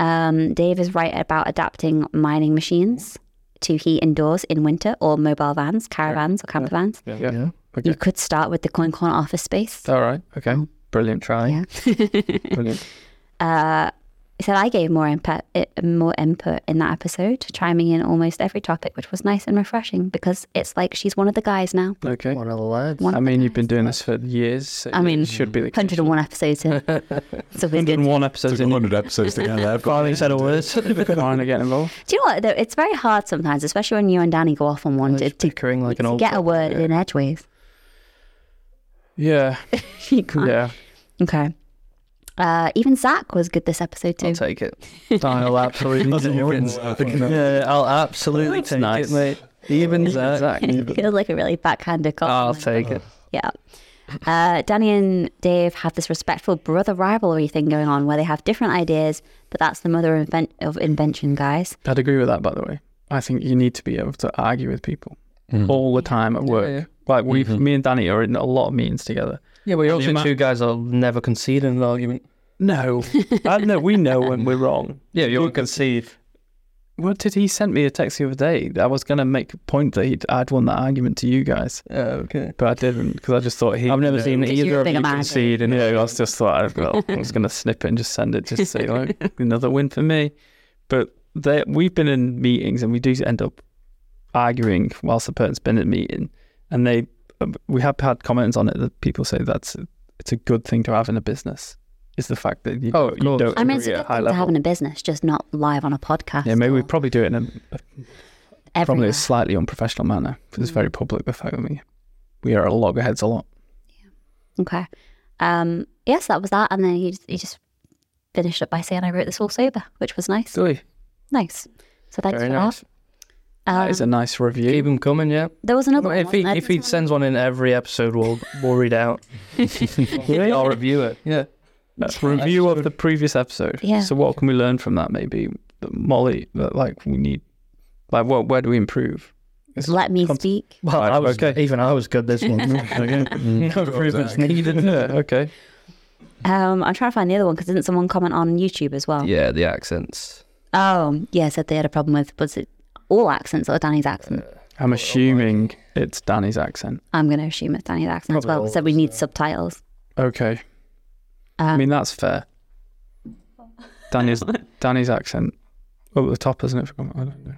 [SPEAKER 1] Um, Dave is right about adapting mining machines to heat indoors in winter or mobile vans, caravans or camper vans.
[SPEAKER 2] Yeah. Okay.
[SPEAKER 1] You could start with the coin corner office space.
[SPEAKER 2] All right. Okay. Brilliant try.
[SPEAKER 1] Mm-hmm. Yeah.
[SPEAKER 2] Brilliant.
[SPEAKER 1] He said I gave more input, i- more input in that episode, chiming in almost every topic, which was nice and refreshing because it's like she's one of the guys now.
[SPEAKER 2] Okay.
[SPEAKER 5] One of the lads.
[SPEAKER 1] One
[SPEAKER 2] I mean, you've been doing this for years. So
[SPEAKER 1] I mean,
[SPEAKER 2] it should be the case.
[SPEAKER 1] 101 episodes in.
[SPEAKER 5] <laughs>
[SPEAKER 1] so it's good.
[SPEAKER 2] 101
[SPEAKER 6] Took
[SPEAKER 2] episodes in.
[SPEAKER 6] 100 episodes to get there.
[SPEAKER 2] Finally said a word. Finally get involved.
[SPEAKER 1] Do you know what? Though? It's very hard sometimes, especially when you and Danny go off on one to, to
[SPEAKER 5] Tickering Oh, like an old.
[SPEAKER 1] get a word in
[SPEAKER 5] <laughs>
[SPEAKER 1] edgeways.
[SPEAKER 2] Yeah.
[SPEAKER 1] You can't.
[SPEAKER 2] Yeah.
[SPEAKER 1] <laughs> Okay. Uh, even Zach was good this episode too.
[SPEAKER 5] I'll take
[SPEAKER 1] <laughs>
[SPEAKER 5] it. I'll absolutely take
[SPEAKER 6] <laughs>
[SPEAKER 5] it. Yeah, I'll absolutely
[SPEAKER 2] That's
[SPEAKER 5] take
[SPEAKER 2] nice.
[SPEAKER 5] it, mate. Even Zach.
[SPEAKER 1] <laughs> It feels like a really backhanded
[SPEAKER 5] I'll
[SPEAKER 1] compliment.
[SPEAKER 5] take it.
[SPEAKER 1] Yeah. Uh, Danny and Dave have this respectful brother rivalry thing going on where they have different ideas, but that's the mother of, inven- of invention, guys.
[SPEAKER 2] I'd agree with that, by the way. I think you need to be able to argue with people
[SPEAKER 3] Mm.
[SPEAKER 2] all the time at work. Like we, have me and Danny are in a lot of meetings together.
[SPEAKER 5] Yeah, but you're also
[SPEAKER 2] amount-
[SPEAKER 5] two guys that'll never concede in an argument.
[SPEAKER 1] <laughs>
[SPEAKER 2] <laughs> No, I Uh, know we know when we're wrong.
[SPEAKER 5] Yeah,
[SPEAKER 2] You
[SPEAKER 5] you're
[SPEAKER 2] concede. What did he send me a text the other day? I was gonna make a point that he'd, I'd won that argument to you guys,
[SPEAKER 5] Oh, okay.
[SPEAKER 2] but I didn't because I just thought he.
[SPEAKER 4] I've never
[SPEAKER 2] you know,
[SPEAKER 4] seen
[SPEAKER 1] Did you
[SPEAKER 4] either of
[SPEAKER 1] think
[SPEAKER 4] you
[SPEAKER 1] about it?
[SPEAKER 4] concede in
[SPEAKER 2] Yeah, I was just thought
[SPEAKER 4] <laughs>
[SPEAKER 2] I, well, I was gonna snip it and just send it just to say like another win for me, but they, we've been in meetings and we do end up arguing whilst the person's been in meeting, and they um, we have had comments on it that people say that's a, it's a good thing to have in a business is the fact that you,
[SPEAKER 5] Oh, of
[SPEAKER 2] you
[SPEAKER 5] course.
[SPEAKER 2] don't
[SPEAKER 1] I mean, it's a
[SPEAKER 2] agree
[SPEAKER 1] good
[SPEAKER 2] at high
[SPEAKER 1] thing to have
[SPEAKER 2] level.
[SPEAKER 1] in a business, just not live on a podcast.
[SPEAKER 2] Yeah, maybe
[SPEAKER 1] or
[SPEAKER 2] we probably do it in a probably
[SPEAKER 1] everywhere.
[SPEAKER 2] a slightly unprofessional manner. 'cause
[SPEAKER 4] Mm.
[SPEAKER 2] It's very public. The fact that we we are at loggerheads a lot.
[SPEAKER 1] Okay. Um, yes, that was that, and then he just, he just finished up by saying I wrote this all sober, which was nice.
[SPEAKER 2] Silly.
[SPEAKER 1] Nice. So thanks
[SPEAKER 5] Very
[SPEAKER 1] for
[SPEAKER 5] nice.
[SPEAKER 1] that. Um,
[SPEAKER 2] That is a nice
[SPEAKER 5] Keep
[SPEAKER 2] review.
[SPEAKER 5] them coming, yeah.
[SPEAKER 1] there was another.
[SPEAKER 5] if
[SPEAKER 1] one,
[SPEAKER 5] he
[SPEAKER 1] wasn't
[SPEAKER 5] if
[SPEAKER 1] there? <laughs>
[SPEAKER 2] <laughs>
[SPEAKER 5] he sends one in every episode, we'll we'll read out. <laughs> I'll review it. Yeah.
[SPEAKER 2] That's a review of the previous episode.
[SPEAKER 1] Yeah.
[SPEAKER 2] So what can we learn from that? Maybe that Molly, that like we need, like what where do we improve?
[SPEAKER 1] let me
[SPEAKER 2] Cont-
[SPEAKER 1] speak.
[SPEAKER 5] Well,
[SPEAKER 2] Right,
[SPEAKER 5] I was
[SPEAKER 2] okay.
[SPEAKER 5] even I was good this <laughs> one.
[SPEAKER 1] <laughs>
[SPEAKER 5] no improvements
[SPEAKER 2] <laughs>
[SPEAKER 5] <laughs> needed.
[SPEAKER 2] Yeah, okay.
[SPEAKER 1] Um, I'm trying to find the other one because didn't someone comment on YouTube as well?
[SPEAKER 5] Yeah, the accents.
[SPEAKER 1] Oh, yeah, said they had a problem with was it all accents or Danny's accent?
[SPEAKER 5] Oh,
[SPEAKER 2] I'm assuming it's Danny's accent.
[SPEAKER 1] I'm going to assume it's Danny's accent as
[SPEAKER 5] Probably
[SPEAKER 1] well.
[SPEAKER 5] all
[SPEAKER 1] So we need subtitles.
[SPEAKER 2] Okay. I
[SPEAKER 1] Um,
[SPEAKER 2] mean that's fair.
[SPEAKER 5] <laughs>
[SPEAKER 2] Danny's Danny's accent up at the top, isn't it? I don't know.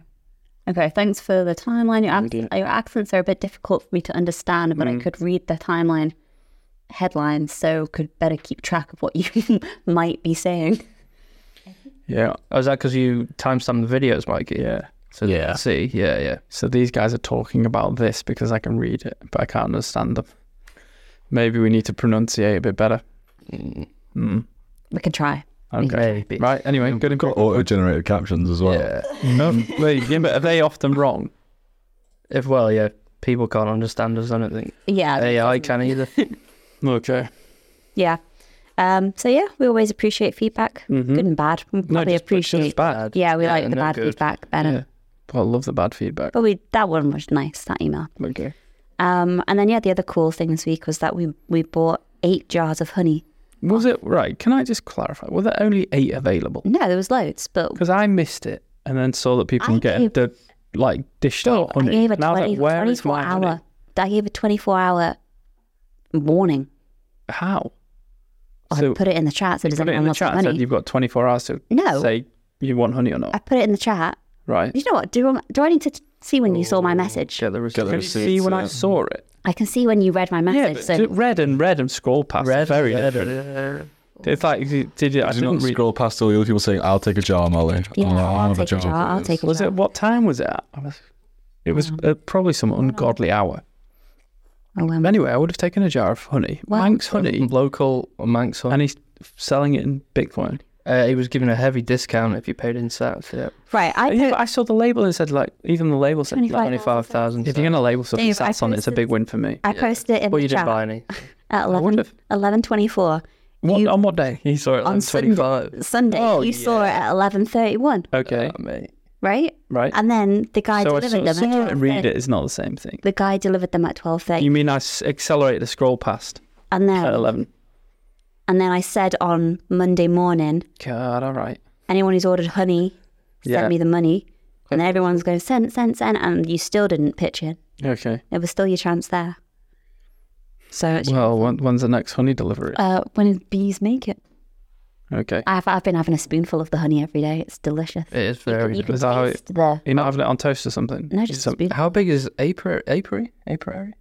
[SPEAKER 1] Okay, thanks for the timeline. Your, ac- your accents are a bit difficult for me to understand,
[SPEAKER 2] Mm.
[SPEAKER 1] but I could read the timeline headlines, so could better keep track of what you <laughs> might be saying.
[SPEAKER 2] Yeah,
[SPEAKER 5] Oh, is that because you timestamped the videos, Mikey?
[SPEAKER 2] yeah.
[SPEAKER 5] So
[SPEAKER 6] Yeah.
[SPEAKER 5] See, yeah, yeah.
[SPEAKER 2] So these guys are talking about this because I can read it, but I can't understand them. Maybe we need to pronunciate a bit better. Mm.
[SPEAKER 1] We can try.
[SPEAKER 2] Okay.
[SPEAKER 5] Maybe.
[SPEAKER 2] Right. Anyway, good and
[SPEAKER 6] Got
[SPEAKER 2] good.
[SPEAKER 6] auto-generated captions as well.
[SPEAKER 5] Yeah.
[SPEAKER 2] No, they- yeah, but are they often wrong?
[SPEAKER 5] If well, yeah, people can't understand us. I don't think
[SPEAKER 1] Yeah.
[SPEAKER 5] AI
[SPEAKER 1] <laughs>
[SPEAKER 5] can either.
[SPEAKER 2] Okay.
[SPEAKER 1] Yeah. Um, so yeah, we always appreciate feedback,
[SPEAKER 2] Mhm.
[SPEAKER 1] good and bad. We
[SPEAKER 2] No,
[SPEAKER 1] probably
[SPEAKER 2] just-
[SPEAKER 1] appreciate.
[SPEAKER 2] just bad.
[SPEAKER 1] yeah, we
[SPEAKER 5] Yeah,
[SPEAKER 1] like the
[SPEAKER 5] no
[SPEAKER 1] bad
[SPEAKER 5] good.
[SPEAKER 1] feedback better.
[SPEAKER 2] Yeah. Well, I love the bad feedback.
[SPEAKER 1] But we that one was nice. That email.
[SPEAKER 2] Okay.
[SPEAKER 1] Um, and then yeah, the other cool thing this week was that we we bought eight jars of honey.
[SPEAKER 2] Was it right? Can I just clarify? Were there only eight available?
[SPEAKER 1] No, there was loads, but
[SPEAKER 2] Because I missed it and then saw that people
[SPEAKER 1] I
[SPEAKER 2] were getting
[SPEAKER 1] gave-
[SPEAKER 2] the like dished out
[SPEAKER 1] I
[SPEAKER 2] Oh, honey.
[SPEAKER 1] gave a
[SPEAKER 2] And I was
[SPEAKER 1] 20,
[SPEAKER 2] like, where is
[SPEAKER 1] 24
[SPEAKER 2] my honey?
[SPEAKER 1] hour. I gave a twenty four hour warning.
[SPEAKER 2] How?
[SPEAKER 1] I put it in the chat so
[SPEAKER 2] you
[SPEAKER 1] does
[SPEAKER 2] put it
[SPEAKER 1] anyone
[SPEAKER 2] in the
[SPEAKER 1] want
[SPEAKER 2] chat
[SPEAKER 1] some
[SPEAKER 2] and said
[SPEAKER 1] honey?
[SPEAKER 2] you've got 24 hours to
[SPEAKER 1] No.
[SPEAKER 2] say you want honey or not,
[SPEAKER 1] I put it in the chat.
[SPEAKER 2] right?
[SPEAKER 1] You know what? Do I- do I need to t- see when you saw
[SPEAKER 2] Oh,
[SPEAKER 1] my message?
[SPEAKER 5] Get the receipt.
[SPEAKER 2] Could you see when I saw it?
[SPEAKER 1] I can see when you read my
[SPEAKER 2] Yeah,
[SPEAKER 1] message.
[SPEAKER 2] but
[SPEAKER 1] so
[SPEAKER 2] d- red and red and scroll past. Red, very different. It's like did, did you? I
[SPEAKER 6] Did you
[SPEAKER 2] didn't
[SPEAKER 6] not
[SPEAKER 2] read.
[SPEAKER 6] scroll past all the other people saying, I'll take a jar, Molly?
[SPEAKER 1] yeah,
[SPEAKER 6] Oh,
[SPEAKER 1] I'll, take a jar. I'll
[SPEAKER 6] please."
[SPEAKER 1] take a
[SPEAKER 2] Was
[SPEAKER 1] jar.
[SPEAKER 2] it what time was it? At? I was. It was uh, probably some ungodly hour.
[SPEAKER 1] Oh, well.
[SPEAKER 2] Anyway, I would have taken a jar of honey,
[SPEAKER 1] Wow.
[SPEAKER 2] Manx honey,
[SPEAKER 5] Local Manx one.
[SPEAKER 2] and he's selling it in Bitcoin.
[SPEAKER 5] Uh, he was given a heavy discount if you paid in sats. Yeah,
[SPEAKER 1] Right, I
[SPEAKER 2] yeah,
[SPEAKER 1] put
[SPEAKER 2] but I saw the label and said like, even the label said,
[SPEAKER 1] 25
[SPEAKER 2] like,
[SPEAKER 5] twenty five thousand.
[SPEAKER 2] if you're gonna label something,
[SPEAKER 1] Dave, I
[SPEAKER 2] sats on it, it's a big win for me.
[SPEAKER 1] I posted it in
[SPEAKER 5] well,
[SPEAKER 1] the
[SPEAKER 5] you
[SPEAKER 1] chat
[SPEAKER 5] didn't buy any.
[SPEAKER 1] at
[SPEAKER 2] would
[SPEAKER 1] 11,
[SPEAKER 2] have.
[SPEAKER 1] 11.24.
[SPEAKER 2] What,
[SPEAKER 1] you-
[SPEAKER 2] on what day?
[SPEAKER 5] He saw it
[SPEAKER 1] On
[SPEAKER 5] on
[SPEAKER 1] Sunday.
[SPEAKER 5] twenty five.
[SPEAKER 1] Sunday,
[SPEAKER 5] Oh,
[SPEAKER 1] you saw it at 11.31,
[SPEAKER 2] Okay,
[SPEAKER 1] Oh,
[SPEAKER 5] mate.
[SPEAKER 1] right?
[SPEAKER 2] right.
[SPEAKER 1] And then the guy
[SPEAKER 2] so I
[SPEAKER 1] delivered
[SPEAKER 2] saw,
[SPEAKER 1] them
[SPEAKER 2] saw it
[SPEAKER 1] at 12.30.
[SPEAKER 2] and read it is not the same thing.
[SPEAKER 1] The guy delivered them at 12.30.
[SPEAKER 2] You mean I s- accelerated the scroll past
[SPEAKER 1] and,
[SPEAKER 2] at
[SPEAKER 1] then,
[SPEAKER 2] eleven?
[SPEAKER 1] and then I said on Monday morning,
[SPEAKER 2] God, all right.
[SPEAKER 1] anyone who's ordered honey, send
[SPEAKER 2] Yeah.
[SPEAKER 1] me the money. And then everyone's going, send, send, send. And you still didn't pitch in.
[SPEAKER 2] Okay.
[SPEAKER 1] There was still your chance there. So it's,
[SPEAKER 2] Well, when, when's the next honey delivery?
[SPEAKER 1] uh, when bees make it.
[SPEAKER 2] Okay.
[SPEAKER 1] I've, I've been having a spoonful of the honey every day. It's delicious.
[SPEAKER 5] It is
[SPEAKER 1] <laughs> You
[SPEAKER 5] very.
[SPEAKER 1] can
[SPEAKER 2] Is that how it-
[SPEAKER 1] taste the...
[SPEAKER 2] You're not having it on toast or something?
[SPEAKER 1] No, just a
[SPEAKER 2] some
[SPEAKER 1] spoonful.
[SPEAKER 5] How big is April? April? April?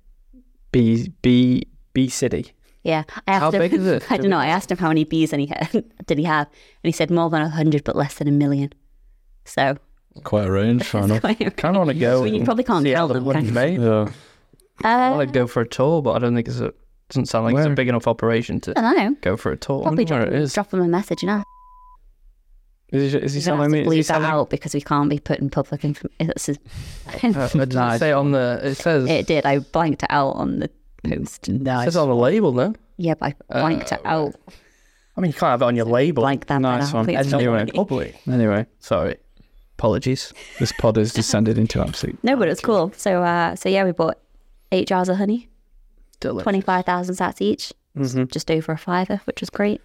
[SPEAKER 2] bee, bee, bee city.
[SPEAKER 1] Yeah, I asked
[SPEAKER 5] How
[SPEAKER 1] him,
[SPEAKER 5] big is
[SPEAKER 1] <laughs>
[SPEAKER 5] it?
[SPEAKER 1] I don't know. I asked him how many bees and he had, <laughs> did he have, and he said more than a hundred, but less than a million. So
[SPEAKER 6] Quite a
[SPEAKER 1] <laughs>
[SPEAKER 6] range, fair enough.
[SPEAKER 5] Kind of want to go.
[SPEAKER 1] you
[SPEAKER 5] and
[SPEAKER 1] probably can't
[SPEAKER 5] see how
[SPEAKER 1] tell
[SPEAKER 5] the
[SPEAKER 1] them,
[SPEAKER 5] one's
[SPEAKER 1] can
[SPEAKER 5] made.
[SPEAKER 6] Yeah.
[SPEAKER 5] I
[SPEAKER 1] uh,
[SPEAKER 5] want to go for a tour, but I don't think it's a. Doesn't sound like it's a
[SPEAKER 2] Where?
[SPEAKER 5] big enough operation
[SPEAKER 1] I
[SPEAKER 5] to
[SPEAKER 1] don't know.
[SPEAKER 5] go for a tour.
[SPEAKER 1] Probably
[SPEAKER 2] where
[SPEAKER 1] drop,
[SPEAKER 2] it is.
[SPEAKER 1] drop him a message and ask.
[SPEAKER 2] Is he, is he
[SPEAKER 1] He's gonna have
[SPEAKER 2] selling
[SPEAKER 1] to
[SPEAKER 2] me? Is
[SPEAKER 1] bleep that
[SPEAKER 2] he selling?
[SPEAKER 1] out because we can't be putting public information. <laughs> This is-
[SPEAKER 5] <laughs> Uh, it doesn't say on the. It says.
[SPEAKER 1] it did. I blanked it out on the post.
[SPEAKER 5] It says on the label, no?
[SPEAKER 1] Yeah, but I blanked it out.
[SPEAKER 5] I mean, you can't have it on your label.
[SPEAKER 1] Blank that
[SPEAKER 2] Uh, Nice
[SPEAKER 1] out.
[SPEAKER 2] one.
[SPEAKER 1] Please don't
[SPEAKER 2] Anyway.
[SPEAKER 1] worry.
[SPEAKER 5] Public.
[SPEAKER 2] Anyway,
[SPEAKER 5] Sorry. Apologies.
[SPEAKER 2] this pod has descended into absolute.
[SPEAKER 1] No, but it's cool. So, uh, so yeah, we bought eight jars of honey,
[SPEAKER 5] Delicious.
[SPEAKER 1] twenty-five thousand sats each,
[SPEAKER 2] Mhm.
[SPEAKER 5] Mm-hmm.
[SPEAKER 1] just over a fiver, which was great,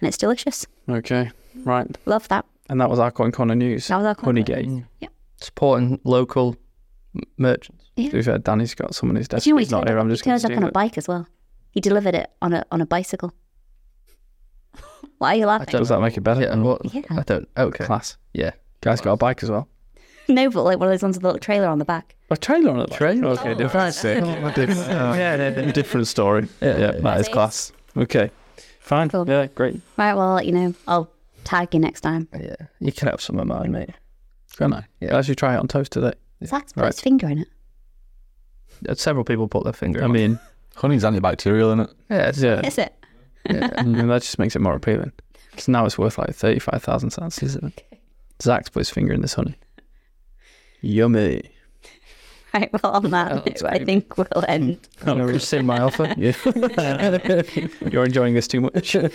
[SPEAKER 1] and it's delicious.
[SPEAKER 2] Okay. Right.
[SPEAKER 1] Love that.
[SPEAKER 2] And that was our coin corner news.
[SPEAKER 1] That was our corner.
[SPEAKER 2] Honeygate.
[SPEAKER 5] Supporting local m- merchants.
[SPEAKER 2] To be fair, Danny's got someone who's
[SPEAKER 1] Do you know
[SPEAKER 2] definitely
[SPEAKER 1] what he
[SPEAKER 2] he's not
[SPEAKER 1] turned
[SPEAKER 2] here.
[SPEAKER 1] up-
[SPEAKER 2] I'm just
[SPEAKER 1] he
[SPEAKER 2] going
[SPEAKER 1] turned
[SPEAKER 2] to
[SPEAKER 1] up on a bike as well. He delivered it on a on a bicycle. <laughs> Why are you laughing?
[SPEAKER 2] Does that make it better?
[SPEAKER 5] Yeah, what?
[SPEAKER 1] Yeah.
[SPEAKER 5] I don't. Okay.
[SPEAKER 2] Class.
[SPEAKER 5] Yeah.
[SPEAKER 2] Guy's got a bike as well.
[SPEAKER 1] <laughs> No, but like one of those ones with a little trailer on the back.
[SPEAKER 2] A trailer on it. Trailer. Okay, different. Sick.
[SPEAKER 6] <laughs>
[SPEAKER 4] yeah,
[SPEAKER 2] different story. Yeah, yeah, that is class. Okay, fine.
[SPEAKER 1] Oh. Cool.
[SPEAKER 2] Yeah, great.
[SPEAKER 1] Right, well, I'll let you know. I'll tag you next time.
[SPEAKER 5] Yeah. You can have some of mine, mate.
[SPEAKER 2] Can I?
[SPEAKER 5] Yeah.
[SPEAKER 2] I should try it on toast today.
[SPEAKER 1] Zach's put
[SPEAKER 2] right.
[SPEAKER 1] his finger in it.
[SPEAKER 5] Uh, Several people put their finger.
[SPEAKER 2] I
[SPEAKER 5] on it.
[SPEAKER 2] mean,
[SPEAKER 6] Honey's antibacterial in it.
[SPEAKER 5] yeah. It's,
[SPEAKER 2] yeah,
[SPEAKER 1] Is it?
[SPEAKER 2] I mean, that just makes it more appealing. Because now it's worth like thirty-five thousand cents. Isn't it? Zach's put his finger in this honey. Yummy.
[SPEAKER 1] <laughs> Right, well, on
[SPEAKER 2] <laughs>
[SPEAKER 1] that,
[SPEAKER 5] Oh, that's
[SPEAKER 1] note, I
[SPEAKER 5] creepy.
[SPEAKER 1] think we'll end.
[SPEAKER 5] I'm gonna rescind my offer.
[SPEAKER 2] Yeah. You're enjoying this too much. All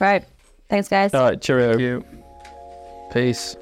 [SPEAKER 1] Right. Thanks, guys.
[SPEAKER 2] right, cheerio.
[SPEAKER 5] Peace.